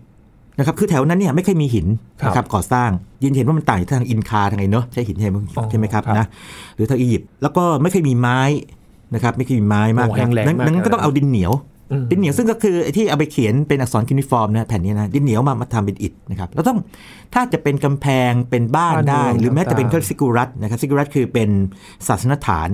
Speaker 2: นะครับคือแถวนั้นเนี่ยไม่เคยมีหินนะครับก่อสร้าง ยินเห็นว่ามันต่างจากทางอินคาทางไหนเนาะใช้หินใช่ไหม
Speaker 1: อ๋อ
Speaker 2: ใช่ไหมครับ
Speaker 1: ครับ
Speaker 2: นะหรือทางอียิปต์แล้วก็ไม่เคยมีไม้นะครับไม่เคยมีไม้มาก
Speaker 1: โอ้แรงๆมาก
Speaker 2: นั้น
Speaker 1: เลย
Speaker 2: นั้นก็ต้องเอาดินเหนียว
Speaker 1: อืม
Speaker 2: ดินเหนียวซึ่งก็คือไอ้ที่เอาไปเขียนเป็นอักษรคินิฟอร์มนะแผ่นนี้นะดินเหนียวมามาทำเป็นอิฐนะครับแล้วต้องถ้าจะเป็นกำแพงเป็นบ้าน
Speaker 1: บ้าน
Speaker 2: ได้
Speaker 1: เมือง
Speaker 2: หรือแม้แต่เป็
Speaker 1: ต่า
Speaker 2: น
Speaker 1: งๆ
Speaker 2: เครื่องซิกูรัตนะครับซิกูรัตคือเป็นศาสนฐาน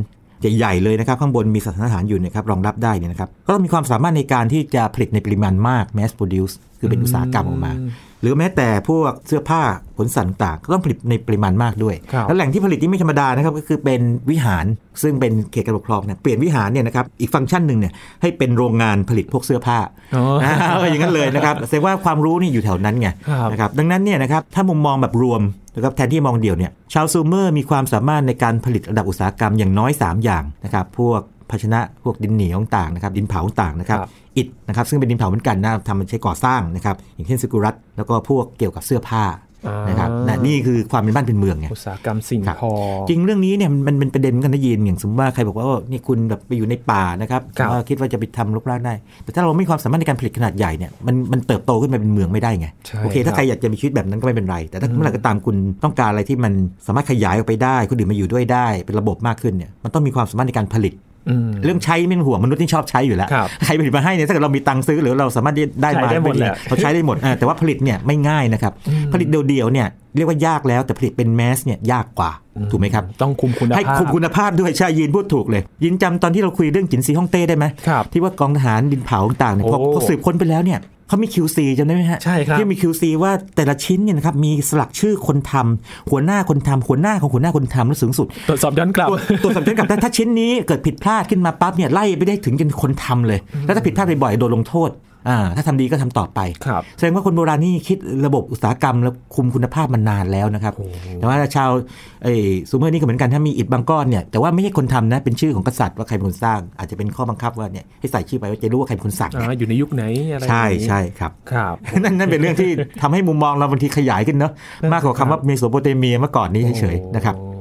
Speaker 2: ใหญ่ๆเลยนะครับ ข้างบนมีศาสนฐานอยู่นะครับรองรับได้เนี่ยนะครับก็ต้องมีความสามารถในการที่จะผลิตในปริมาณมาก mass produce คือเป็นอุตสาหกรรมออกมา หรือแม้แต่พวกเสื้อผ้าผลสันต่างก็ต้องผลิตในปริมาณมากด้วย
Speaker 1: ครับ
Speaker 2: แล้วแหล่งที่ผลิตที่ไม่ธรรมดานะครับก็คือเป็นวิหารซึ่งเป็นเขตการปกครองเนี่ยเปลี่ยนวิหารเนี่ยนะครับอีกฟังก์ชันหนึ่งเนี่ยให้เป็นโรงงานผลิตพวกเสื้อผ้า
Speaker 1: อ๋อ
Speaker 2: อ่าอย่างนั้นเลยนะครับแสดงว่าความรู้นี่อยู่แถวนั้นไง
Speaker 1: ครับ
Speaker 2: นะครับดังนั้นเนี่ยนะครับถ้ามุมมองแบบรวมนะครับแทนที่มองเดี่ยวเนี่ยชาวซูเมอร์มีความสามารถในการผลิตระดับอุตสาหกรรมอย่างน้อย 3 อย่างนะครับพวกภาชนะพวกดินเหนียวต่างๆนะครับดินเผาต่างๆนะครับ
Speaker 1: ครับ
Speaker 2: อิฐนะครับซึ่งเป็นดินเผาเหมือนกันนะทำมันใช้ก่อสร้างนะครับอย่างเช่นซิกุรัตแล้วก็พวกเกี่ยวกับเสื้อผ้า
Speaker 1: อ่าน
Speaker 2: นะครับนะนี่คือความเป็นบ้านเป็นเมืองไง
Speaker 1: อุตสาหกรรมสิ่ง
Speaker 2: ครับ
Speaker 1: ทอ
Speaker 2: จริงเรื่องนี้เนี่ยมันมันเป็นประเด็นเหมือนกันนะยินอย่างสมมติว่าใครบอกว่านี่คุณแบบไปอยู่ในป่านะครับ
Speaker 1: ครับ
Speaker 2: แล้วคิดว่าจะไปทำลกรากได้ แต่ถ้าเราไม่มีความสามารถในการผลิตขนาดใหญ่เนี่ยมันมันเติบโตขึ้นมาเป็นเมืองไม่ได้ไง
Speaker 1: ใช่
Speaker 2: โอเค
Speaker 1: ครั
Speaker 2: ถ้า
Speaker 1: บ
Speaker 2: ใครอยากจะมีชีวิตแบบนั้นก็ไม่เป็นไร แต่ถ้าเมื่อไหร่ก็ตามคุณต้องการอะไรที่มันสามารถขยายออกไปได้คนอื่นมาอยู่ด้วยได้ เป็นระบบมากขึ้นเนี่ยมันต้องมีความสามารถในการผลิต
Speaker 1: อืม
Speaker 2: เรื่องใช้ไม่ต้องห่วงมนุษย์ที่ชอบใช้อยู่แล้ว
Speaker 1: ครับ
Speaker 2: ใครผลิตมาให้เนี่ยถ้าเกิดเรามีตังค์ซื้อหรือเราสามารถได้
Speaker 1: ใช้
Speaker 2: มา
Speaker 1: ได้หมดแหละ
Speaker 2: เราใช้ได้หมดอ่าแต่ว่าผลิตเนี่ยไม่ง่ายนะครับผลิตเดียวๆเนี่ยเรียกว่ายากแล้วแต่ผลิตเป็นแมสเนี่ยยากกว่าถูกไหมครับ
Speaker 1: ต้องคุมคุณภาพ
Speaker 2: ให้คุมคุณภาพด้วยใช่ยินพูดถูกเลย ยินจำตอนที่เราคุยเรื่องจินซีฮ่องเต้ได้ไหม
Speaker 1: ครับ
Speaker 2: ที่ว่ากองทหารดินเผาต่างๆเนี่ยพอ
Speaker 1: โอ้
Speaker 2: พอสืบค้นไปแล้วเนี่ยเขามี QC จำได้ไหมฮะ
Speaker 1: ใช่ครับ
Speaker 2: ที่มี QC ว่าแต่ละชิ้นเนี่ยนะครับมีสลักชื่อคนทำหัวหน้าคนทำหัวหน้าของหัวหน้าคนทำและสู งสุด
Speaker 1: ตรวจสอบย้อนกลับ
Speaker 2: ตรวจตรวจสอบย้อนกลับได้ถ้าชิ้นนี้เกิดผิดพลาดขึ้นมาปั๊บเนี่ยไล่ไปได้ถึงจนคนทำเลย แล้วถ้าผิดพลาดบ่อยๆโดนลงโทษอ่าถ้าทำดีก็ทำต่อไป
Speaker 1: ครับ
Speaker 2: แสดงว่าคนโบราณนี่คิดระบบอุตสาหกรรมแล้วคุมคุณภาพมานานแล้วนะครับ แต่ว่าชาวไอ้ซูเมอร์นี่ก็เหมือนกันถ้ามีอิฐบางก้อนเนี่ยแต่ว่าไม่ใช่คนทำนะเป็นชื่อของกษัตริย์ว่าใครเป็นคนสร้าง อาจจะเป็นข้อบังคับว่าเนี่ยให้ใส่ชื่อไปว่าจะรู้ว่าใครเป็นคนสั่ง
Speaker 1: อ่าอยู่ในยุคไหนอะไร
Speaker 2: ใช่
Speaker 1: อย่างนี้
Speaker 2: ใช่ครับ
Speaker 1: ครับ
Speaker 2: นั่นนั่นเป็นเรื่องที่ทำให้มุมมองเราบางทีขยายขึ้นเนาะมากกว่าคำว่าเมโสโปเตเมียเมื่อก่อนนี้เฉยๆนะครับ
Speaker 1: โอ้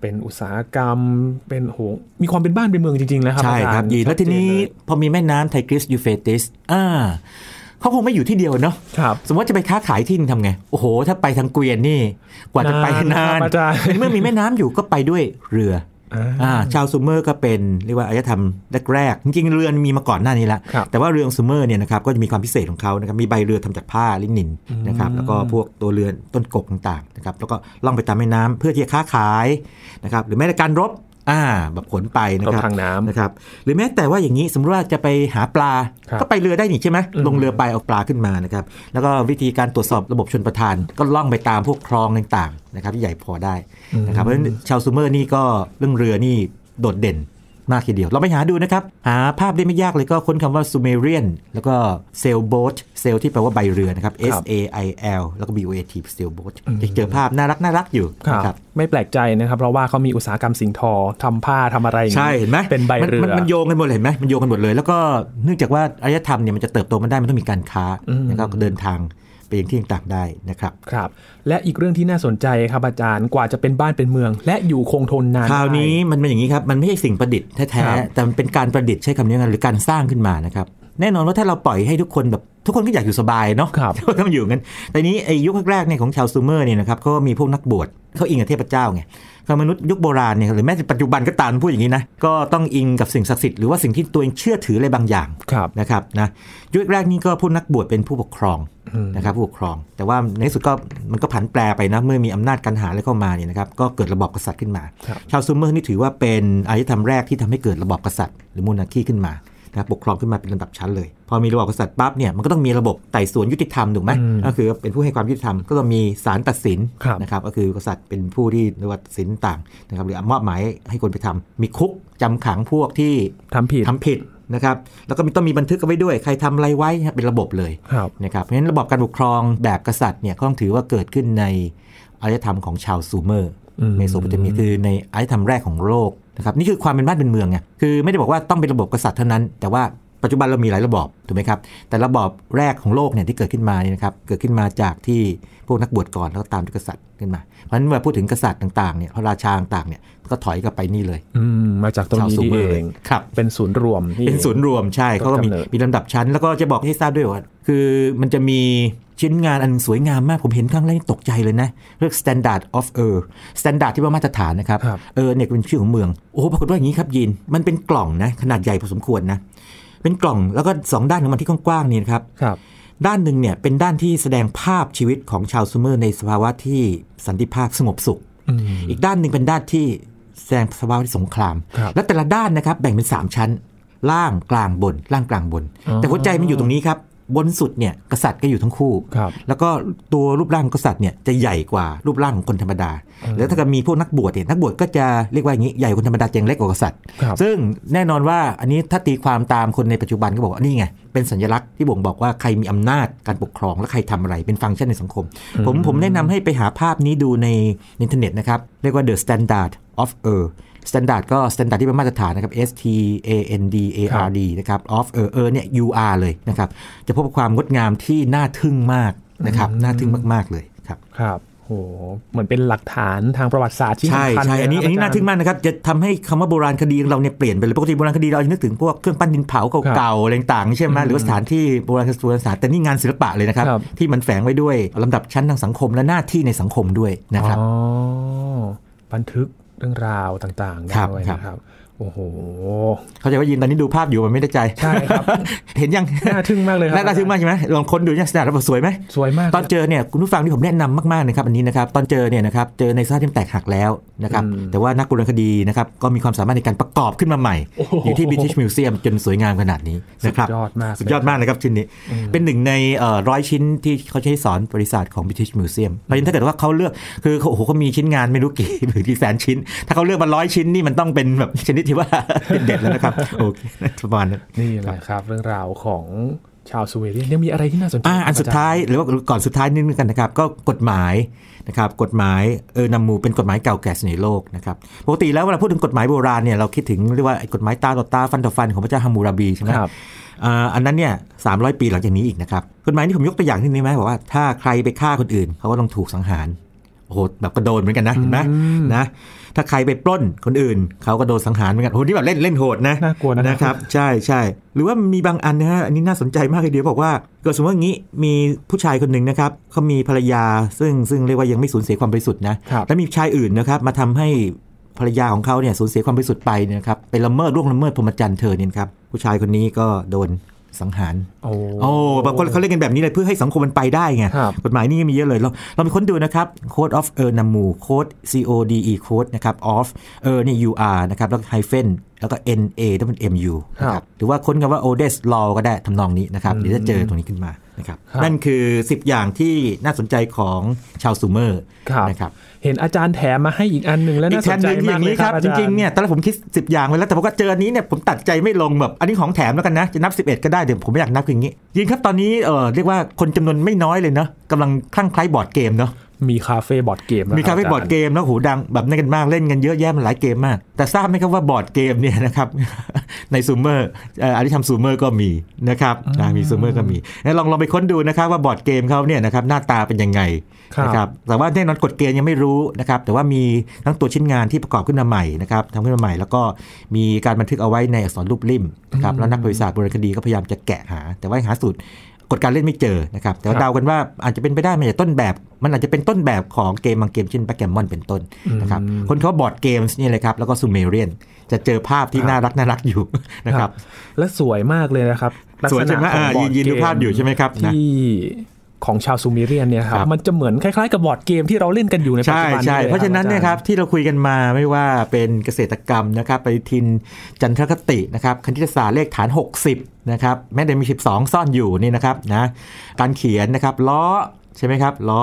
Speaker 1: เป็นอุตสาหกรรม เป็นโหมีความเป็นบ้านเป็นเมืองจริงๆแล้วครับ
Speaker 2: ใช่
Speaker 1: อา
Speaker 2: ค
Speaker 1: จา
Speaker 2: รั
Speaker 1: ร
Speaker 2: บ
Speaker 1: ย์
Speaker 2: ยีนแล้วทีนี้
Speaker 1: ชัดเจเลย
Speaker 2: พอมีแม่น้ำไทกริสยูเฟรติสอ่าเขาคงไม่อยู่ที่เดียวเนาะ
Speaker 1: ครับ
Speaker 2: สมมติว่าจะไปค้าขายที่นึงทำไง โอ้โห ถ้าไปทางเกวียนนี่ กว่าจะไป
Speaker 1: นาน
Speaker 2: นาน
Speaker 1: ครับอาจารย์
Speaker 2: ในเมื่อมีแม่น้ำอยู่ก็ไปด้วยเรือ
Speaker 1: อ่า
Speaker 2: อ่าชาวซูเมอร์ก็เป็นเรียกว่าอารยธรรมแรกๆจริงๆเรือมีมาก่อนหน้านี้ละ
Speaker 1: ครับ
Speaker 2: แต่ว่าเรือของซูเมอร์เนี่ยนะครับก็จะมีความพิเศษของเขานะครับมีใบเรือทำจากผ้าลินินนะครับ
Speaker 1: อืม
Speaker 2: แล้วก็พวกตัวเรือนต้นกกต่างๆนะครับแล้วก็ล่องไปตามแม่น้ำเพื่อที่จะค้าขายนะครับหรือแม้แต่การรบอ่าแบบขนไปนะ
Speaker 1: ตรง
Speaker 2: ครับ
Speaker 1: ทางน้ำ
Speaker 2: นะครับหรือแม้แต่ว่าอย่างนี้สมมติว่าจะไปหาปลา
Speaker 1: ครับ
Speaker 2: ก็ไปเรือได้นี่ใช่ไหม
Speaker 1: อืม
Speaker 2: ลงเรือไปเอาปลาขึ้นมานะครับแล้วก็วิธีการตรวจสอบระบบชนประทาน ก็ล่องไปตามพวกคลองต่างๆนะครับที่ใหญ่พอได้นะครับเพราะฉะนั้นชาวซูเมอร์นี่ก็เรื่องเรือนี่โดดเด่นมากทีเดียว เราไปหาดูนะครับ หาภาพได้ไม่ยากเลยก็ค้นคำว่าซูเมเรียนแล้วก็เซลโบ t เซลที่แปลว่าใบเรือนะครับ S A I L แล้วก็ B O A T เซลโบ t จะเจอภาพน่ารักน่ารักอยู่
Speaker 1: ครับ
Speaker 2: นะครับ
Speaker 1: ไม่แปลกใจนะครับ เพราะว่าเขามีอุตสาหกรรมสิ่งทอทำผ้าทำอะไรอย่าง
Speaker 2: ใช่เห็นไหม
Speaker 1: เป็นใบเรือ
Speaker 2: มันมันโยงกันหมดเลยเห็นไหมมันโยงกันหมดเลย แล้วก็เนื่องจากว่าอารยธรรมเนี่ยมันจะเติบโตมันได้มันต้องมีการค้า
Speaker 1: อืม
Speaker 2: แล้วก็เดินทางไปยังที่ต่างๆได้นะครับ
Speaker 1: ครับ และอีกเรื่องที่น่าสนใจครับอาจารย์กว่าจะเป็นบ้านเป็นเมือง และอยู่คงทนนาน
Speaker 2: คราวนี้มันเป็นอย่างนี้ครับ มันไม่ใช่สิ่งประดิษฐ์
Speaker 1: ค
Speaker 2: แท้
Speaker 1: รับ
Speaker 2: ๆแต่มันเป็นการประดิษฐ์ใช้คำนี้กันหรือการสร้างขึ้นมานะครับแน่นอนว่าถ้าเราปล่อยให้ทุกคนแบบทุกคนก็อยากอยู่สบายเนาะ
Speaker 1: ครับ
Speaker 2: ก็มันอยู่งั้น แต่นี้ไอ้ยุคแรกๆเนี่ยของชาวซูเมอร์เนี่ยนะครับเขาก็มีพวกนักบวชเขาอิงกับเทพเจ้าไงคือมนุษย์ยุคโบราณเนี่ยหรือแม้แต่ปัจจุบันก็ตามพูดอย่างนี้นะ ก็ต้องอิงกับสิ่งศักดิ์สิทธิ์หรือว่าสิ่งที่ตัวเองเชื่อถืออะไรบางอย่าง
Speaker 1: ครับ
Speaker 2: นะครับนะยุคแรกนี่ก็ผู้นักบวชเป็นผู้ปกครอง
Speaker 1: อืม
Speaker 2: นะครับผู้ปกครอง แต่ว่าในที่สุดก็มันก็ผันแปรไปนะเมื่อมีอำนาจการหารอะไรเข้ามาเนี่ยนะครับก็เกิดระบอบกษัตริย์ขึ้นมา
Speaker 1: ครับ
Speaker 2: ชาวซูเมอร์นี่ถือว่าเป็นอารยธรรมแรกที่ทำให้เกิดระบอบกษัตริย์หรือมูนาคีขึ้นมานะครับปกครองขึ้นมาเป็นลำดับชั้นเลย พอมีระบอบกษัตริย์ปั๊บเนี่ยมันก็ต้องมีระบบไต่สวนยุติธรรมถูกไหม
Speaker 1: อืม
Speaker 2: ก็คือเป็นผู้ให้ความยุติธรรมก็ต้องมีศาลตัดสิน
Speaker 1: ครับ
Speaker 2: นะครับก็คือกษัตริย์เป็นผู้ที่เรียกว่าตัดสินต่างนะครับหรือมอบหมายให้คนไปทำมีคุกจำขังพวกที่
Speaker 1: ทำผิด
Speaker 2: ทำผิดนะครับ แล้วก็มีต้องมีบันทึกเอาไว้ด้วย ใครทำอะไรไว้ฮะเป็นระบบเลย
Speaker 1: ครับ
Speaker 2: นะครับ เพราะฉะนั้นระบบการปกครองแบบกษัตริย์เนี่ยก็ต้องถือว่าเกิดขึ้นในอารยธรรมของชาวซูเมอร์
Speaker 1: อืม
Speaker 2: เมโสโปเตเมียคือในอารยธรรมแรกของโลกนะครับ นี่คือความเป็นบ้านเป็นเมืองไง คือไม่ได้บอกว่าต้องเป็นระบบกษัตริย์เท่านั้น แต่ว่าปัจจุบันเรามีหลายระบอบถูกไหมครับ แต่ระบอบแรกของโลกเนี่ยที่เกิดขึ้นมาเนี่ยนะครับ เกิดขึ้นมาจากที่พวกนักบวชก่อนแล้วก็ตามด้วยกษัตริย์ขึ้นมา เพราะฉะนั้นเมื่อพูดถึงกษัตริย์ต่างๆเนี่ยพระราชาต่างๆเนี่ยก็ถอยกลับไปนี่เลย
Speaker 1: อืมมาจากตรง
Speaker 2: ชาว
Speaker 1: นี้
Speaker 2: ซู
Speaker 1: นี่
Speaker 2: เมอ
Speaker 1: เอ
Speaker 2: ร์เลย
Speaker 1: ง
Speaker 2: ครับ
Speaker 1: เป็นศูนย์รวม
Speaker 2: เป็นศูนย์รวมใช่
Speaker 1: ต้น
Speaker 2: เขาก็มี
Speaker 1: กำเนิด
Speaker 2: มีลำดับชั้น แล้วก็จะบอกให้ทราบด้วยว่า คือมันจะมีชิ้นงานอันสวยงามมาก ผมเห็นครั้งแรกนี่ตกใจเลยนะ เรียก standard of er standard ที่ว่ามาตรฐานนะครับ
Speaker 1: ครับ
Speaker 2: เออเนี่ยเป็นชื่อของเมือง โอ้โหปรากฏว่าอย่างนี้ครับยิน มันเป็นกล่องนะขนาดใหญ่พอสมควรนะ เป็นกล่องแล้วก็สองด้านของมันที่กว้างๆนี่นะครับ
Speaker 1: ครับ
Speaker 2: ด้านหนึ่งเนี่ยเป็นด้านที่แสดงภาพชีวิตของชาวซูเมอร์ในสภาวะที่สันติภาพสงบสุข
Speaker 1: อืม
Speaker 2: อีกด้านหนึ่งเป็นด้านที่แสดงสภาวะที่สงคราม
Speaker 1: ครับ
Speaker 2: และแต่ละด้านนะครับแบ่งเป็น 3 ชั้น ล่างกลางบน ล่างกลางบน แต่หัวใจมันอยู่ตรงนี้ครับ บนสุดเนี่ยกษัตริย์ก็อยู่ทั้งคู่
Speaker 1: ครับ
Speaker 2: แล้วก็ตัวรูปร่างของกษัตริย์เนี่ยจะใหญ่กว่ารูปร่างของคนธรรมดา แล้วถ้าเกิดมีพวกนักบวชเนี่ยนักบวชก็จะเรียกว่าอย่างนี้ใหญ่กว่าคนธรรมดาเจงเล็กกว่ากษัตริย์
Speaker 1: ครับ
Speaker 2: ซึ่งแน่นอนว่าอันนี้ถ้าตีความตามคนในปัจจุบันก็บอกว่านี่ไง เป็นสัญลักษณ์ที่บ่งบอกว่าใครมีอำนาจการปกครองและใครทำอะไรเป็นฟังก์ชันในสังคม ผมผมแนะนำให้ไปหาภาพนี้ดูในอินเทอร์เน็ตนะครับ เรียกว่า the standard of er standard ก็ standard ที่เป็นมาตรฐานนะครับ S T A N D A
Speaker 1: ครั
Speaker 2: R
Speaker 1: บ
Speaker 2: D นะครับ of er er เนี่ย U R เลยนะครับ จะพบกับความงดงามที่น่าทึ่งมากนะครับน่าทึ่งมาก ๆ เลยครับ
Speaker 1: ครับโหเหมือนเป็นหลักฐานทางประวัติศาสตร์ที่
Speaker 2: ใช่
Speaker 1: สำคัญ
Speaker 2: ใช่ อันนี้
Speaker 1: ะครับ
Speaker 2: อันนี้
Speaker 1: จรย์
Speaker 2: น่าทึ่งมากนะครับ จะทำให้คำว่าโบราณคดีของเราเนี่ยเปลี่ยนไปเลย ปกติโบราณคดีเราจะนึกถึงพวกเครื่องปั้นดินเผาเก่าๆอะไรต่างๆใช่ไหมหรือว่าสถานที่โบราณสถานแต่นี่งานศิลปะเลยนะครับ
Speaker 1: ครับ
Speaker 2: ที่มันแฝงไว้ด้วยลำดับชั้นทางสังคมและหน้าที่ในสังคมด้วยนะครับ
Speaker 1: อ๋อบันทึกเรื่องราวต่างๆ
Speaker 2: ครับ
Speaker 1: ด้วย
Speaker 2: ครับ
Speaker 1: นะครับ โอ้โห
Speaker 2: เข้าใจว่ายินตอนนี้ดูภาพอยู่มันไม่ได้ใจ
Speaker 1: ใช่ครับ
Speaker 2: เห็นยัง
Speaker 1: น่าทึ่งมากเลยครั
Speaker 2: น่าทึ่งมากใช่ไหมลองค้นดูยังสถานรับสวยไหม
Speaker 1: สวยมาก
Speaker 2: ตอนเจอเนี่ยคุณผู้ฟังที่ผมแนะนำมากๆนะครับอันนี้นะครับตอนเจอเนี่ยนะครับเจอในสภาพที่มันแตกหักแล้วนะครับ
Speaker 1: อืม
Speaker 2: แต่ว่านักโบราณคดีนะครับก็มีความสามารถในการประกอบขึ้นมาใหม่
Speaker 1: โอ้โห
Speaker 2: อยู่ที่ British Museum จนสวยงามขนาดนี้นะครับ
Speaker 1: สุดยอดมากเลย
Speaker 2: สุดยอดมากนะครับชิ้นนี้ เป็นหนึ่งในร้อยชิ้นที่เขาใช้สอนประวัติศาสตร์ของ British Museum เพราะฉะนั้นถ้าเกิดว่าเขาเลือกคือเขาโอ้โหเขามีชิ้นงานไม่รู้กี่ หรือกี่แสนชิ้น ถ้าเขาเลือกมาร้อยชิ้นนี่มันต้องเป็นแบบชนิดที่ว่า เด็ดๆแล้วนะครับโอเค ประมาณนั้น
Speaker 1: นี่แหละครับ เรื่องราวของชาวสวีเดนยังมีอะไรที่น่าสนใจ
Speaker 2: อ่าอันสุดท้ายหรือว่าก่อนสุดท้ายนิดนึงกันนะครับ ก็กฎหมายนะครับกฎหมายเออนำมูเป็นกฎหมายเก่าแก่สุดในโลกนะครับปกติแล้วเวลาพูดถึงกฎหมายโบราณเนี่ยเราคิดถึงเรียกว่าไอ้กฎหมายตาต่อตาฟันต่อฟันของพระเจ้าฮัมมูราบีใช่ไหม
Speaker 1: ครับ
Speaker 2: อ่าอันนั้นเนี่ยสามปีหลังจากนี้อีกนะครับกฎหมายที่ผมยกตัวอย่างที่นี่ไหมบอกว่าถ้าใครไปฆ่าคนอื่นเขาก็ต้องถูกสังหาร โอ้โหแบบกระโดนเหมือนกันนะเห็นไหม
Speaker 1: อืม
Speaker 2: นะถ้าใครไปปล้นคนอื่น เขาก็โดนสังหารเหมือนกันโอ้โหนี่แบบเล่นเล่นโหดนะ
Speaker 1: น่ากลัวนะ
Speaker 2: นะครับใช่ใช่หรือว่ามีบางอันนะฮะอันนี้น่าสนใจมากเลยเดียวบอกว่าเกิดสมมติว่างี้มีผู้ชายคนหนึ่งนะครับเขามีภรรยาซึ่งซึ่งเรียกว่ายังไม่สูญเสียความบริสุทธิ์นะครับ แล้วมีชายอื่นนะครับมาทำให้ภรรยาของเขาเนี่ยสูญเสียความบริสุทธิ์ไปเนยนะครับไปละเมิดล่วงละเมิดพรหมจรรย์เธอเนี่ยนะครับผู้ชายคนนี้ก็โดนสังหาร
Speaker 1: โอ้
Speaker 2: โอ้บางคนเขาเล่นกันแบบนี้เลยเพื่อให้สังคมมันไปได้ไง
Speaker 1: ครับ
Speaker 2: กฎหมายนี่มีเยอะเลยเราเราไปค้นดูนะครับ Code of e r n a m u Code C O D E Code นะครับ of e r นี่ U R นะครับ แล้วก็ hyphen แล้วก็ N A ต้องเป็น M U นะครับหรือว่าค้นกันว่า o d e s Law ก็ได้ทำนองนี้นะครับ เดี๋ยวจะเจอตรงนี้ขึ้นมานะครับ
Speaker 1: ครับ
Speaker 2: นั่นคือ 10 อย่างที่น่าสนใจของชาวซูเมอร์
Speaker 1: ครับ
Speaker 2: นะครับ
Speaker 1: เห็นอาจารย์แถมมาให้อีกอันหนึ่งแล้ว
Speaker 2: อี
Speaker 1: น่าก ส
Speaker 2: แท
Speaker 1: น
Speaker 2: นห
Speaker 1: ใจ
Speaker 2: นึ่งอ
Speaker 1: มาก
Speaker 2: ย่าง
Speaker 1: เล
Speaker 2: นี้
Speaker 1: ย
Speaker 2: ค
Speaker 1: ค
Speaker 2: รั
Speaker 1: รั
Speaker 2: บบ จ
Speaker 1: อาาย์
Speaker 2: ริงๆเนี่ยตอนแรกผมคิด 10 อย่างไว้แล้วแต่ผมก็เจออันนี้เนี่ยผมตัดใจไม่ลงแบบอันนี้ของแถมแล้วกันนะจะนับ 11 ก็ได้เดี๋ยวผมไม่อยากนับอย่างนี้ยิงครับตอนนี้เออเรียกว่าคนจำนวนไม่น้อยเลยเนาะกำลังคลั่งไคล้บอร์ดเกมเนาะ
Speaker 1: มีคาเฟ่บอร์ดเกม
Speaker 2: มีคาเฟ่บอร์ดเกมแล้วหูดังแบบนั้นกันมากเล่นกันเยอะแยะมันหลายเกมมาก แต่ทราบไหมครับว่าบอร์ดเกมเนี่ยนะครับ ในซูเมอร์เอ่ออันที่ทำซูเมอร์ก็มีนะครับนะมีซูเมอร์ก็มีงั้นลองลองไปค้นดูนะครับว่าบอร์ดเกมเขาเนี่ยนะครับหน้าตาเป็นยังไงนะครับแต่ว่าแน่นอนกฎเกณฑ์ยังไม่รู้นะครับแต่ว่ามีทั้งตัวชิ้นงานที่ประกอบขึ้นมาใหม่นะครับทำขึ้นมาใหม่ แล้วก็มีการบันทึกเอาไว้ในอักษรรูปริมนะครับแล้วนักบริษัทบริคดีก็พยายามจะแกะหา แต่ว่าหาสูตร กฎการเล่นไม่เจอนะครับ แต่ว่าเดากันว่าอาจจะเป็นไปได้มาจากต้นแบบ มันอาจจะเป็นต้นแบบของเกมบางเกมเช่นแบ c แกมมอนเป็นต้นนะครับ คนเขาบอร์ดเกมส์นี่เลยครับ แล้วก็ซูเมเรียน จะเจอภาพที่น่ารักน่ารักอยู่ นะครับ
Speaker 1: และสวยมากเลยนะครับลัก
Speaker 2: สวย
Speaker 1: ษ
Speaker 2: ใช่
Speaker 1: ณะ
Speaker 2: ไหม
Speaker 1: ของ
Speaker 2: อ่า
Speaker 1: บอ
Speaker 2: ยื
Speaker 1: ร์ดเก
Speaker 2: นยืนดูภาพอยู่ใช่ไหมครับนะ
Speaker 1: ที่ของชาวซูเมิเรียนเนี่ยนะครับ
Speaker 2: ครับ
Speaker 1: มันจะเหมือนคล้ายๆกับบอร์ดเกมที่เราเล่นกันอยู่ในปัจ
Speaker 2: ใช่
Speaker 1: จุบัน
Speaker 2: ใช่
Speaker 1: ลย
Speaker 2: เพราะฉะนั้นเนี่ยครับที่เราคุยกันมาไม่ว่าเป็นเกษตรกรรมนะครับปฏิทินจันทรคตินะครับคณิตศาสตร์เลขฐาน 60นะครับแม้แต่มี 12 ซ่อนอยู่นี่นะครับนะการเขียนนะครับล้อใช่ไหมครับล้อ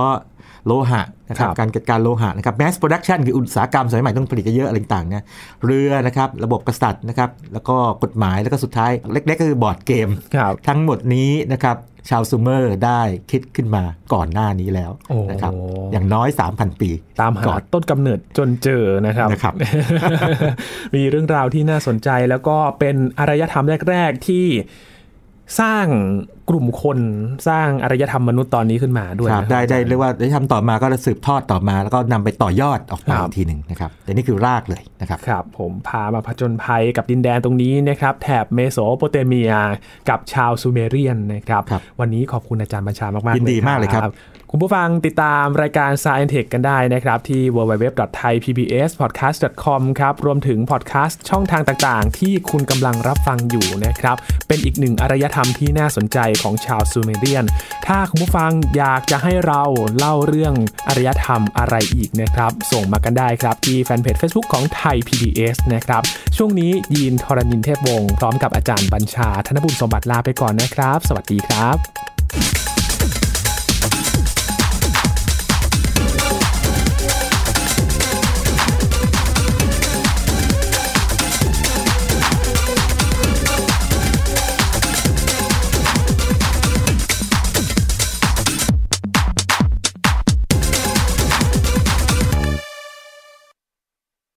Speaker 2: โลหะนะครับการจัดการโลหะนะครับ mass production คืออุตสาหกรรมสมัยใหม่ต้องผลิตเยอะๆอะไรต่างๆนะเรือนะครับระบบกษัตริย์นะครับแล้วก็กฎหมายแล้วก็สุดท้ายเล็กๆก็คือบอร์ดเกม
Speaker 1: ครับ
Speaker 2: ทั้งหมดนี้นะครับชาวซูเมอร์ได้คิดขึ้นมาก่อนหน้านี้แล้ว
Speaker 1: โอ้
Speaker 2: นะครับอย่างน้อย 3,000 ปี
Speaker 1: ตามหา
Speaker 2: ก่อน
Speaker 1: ต้นกำเนิดจนเจอนะครับ
Speaker 2: นะครับ
Speaker 1: มีเรื่องราวที่น่าสนใจแล้วก็เป็นอารยธรรมแรก ๆ ที่สร้างกลุ่มคนสร้างอารยธรรมมนุษย์ตอนนี้ขึ้นมาด้วย
Speaker 2: ครับ
Speaker 1: นะ
Speaker 2: ได้ได้เรียกว่าได้ทำต่อมาก็สืบทอดต่อมาแล้วก็นำไปต่อยอดออกมา
Speaker 1: ครับ
Speaker 2: อีกทีหนึ่งนะครับแต่นี่คือรากเลยนะครับ
Speaker 1: ครับผมพามาผจญภัยกับดินแดนตรงนี้นะครับ แถบเมโสโปเตเมียกับชาวซูเมเรียนนะครับ
Speaker 2: ครับ
Speaker 1: วันนี้ขอบคุณอาจารย์บัญชามาก ๆ
Speaker 2: ยินดีมากเลยครับ
Speaker 1: คุณผู้ฟังติดตามรายการ Science Tech กันได้นะครับ ที่ www.thaipbspodcast.com ครับ รวมถึงพอดแคสต์ช่องทางต่าง ๆ ที่คุณกำลังรับฟังอยู่นะครับ เป็นอีกหนึ่งอารยธรรมที่น่าสนใจของชาวซูเมเรียน ถ้าคุณผู้ฟังอยากจะให้เราเล่าเรื่องอารยธรรมอะไรอีกนะครับ ส่งมากันได้ครับ ที่แฟนเพจ Facebook ของไทย PBS นะครับ ช่วงนี้ยีนทรณินเทพวงศ์พร้อมกับอาจารย์บัญชาธนบุญสมบัติลาไปก่อนนะครับ สวัสดีครับ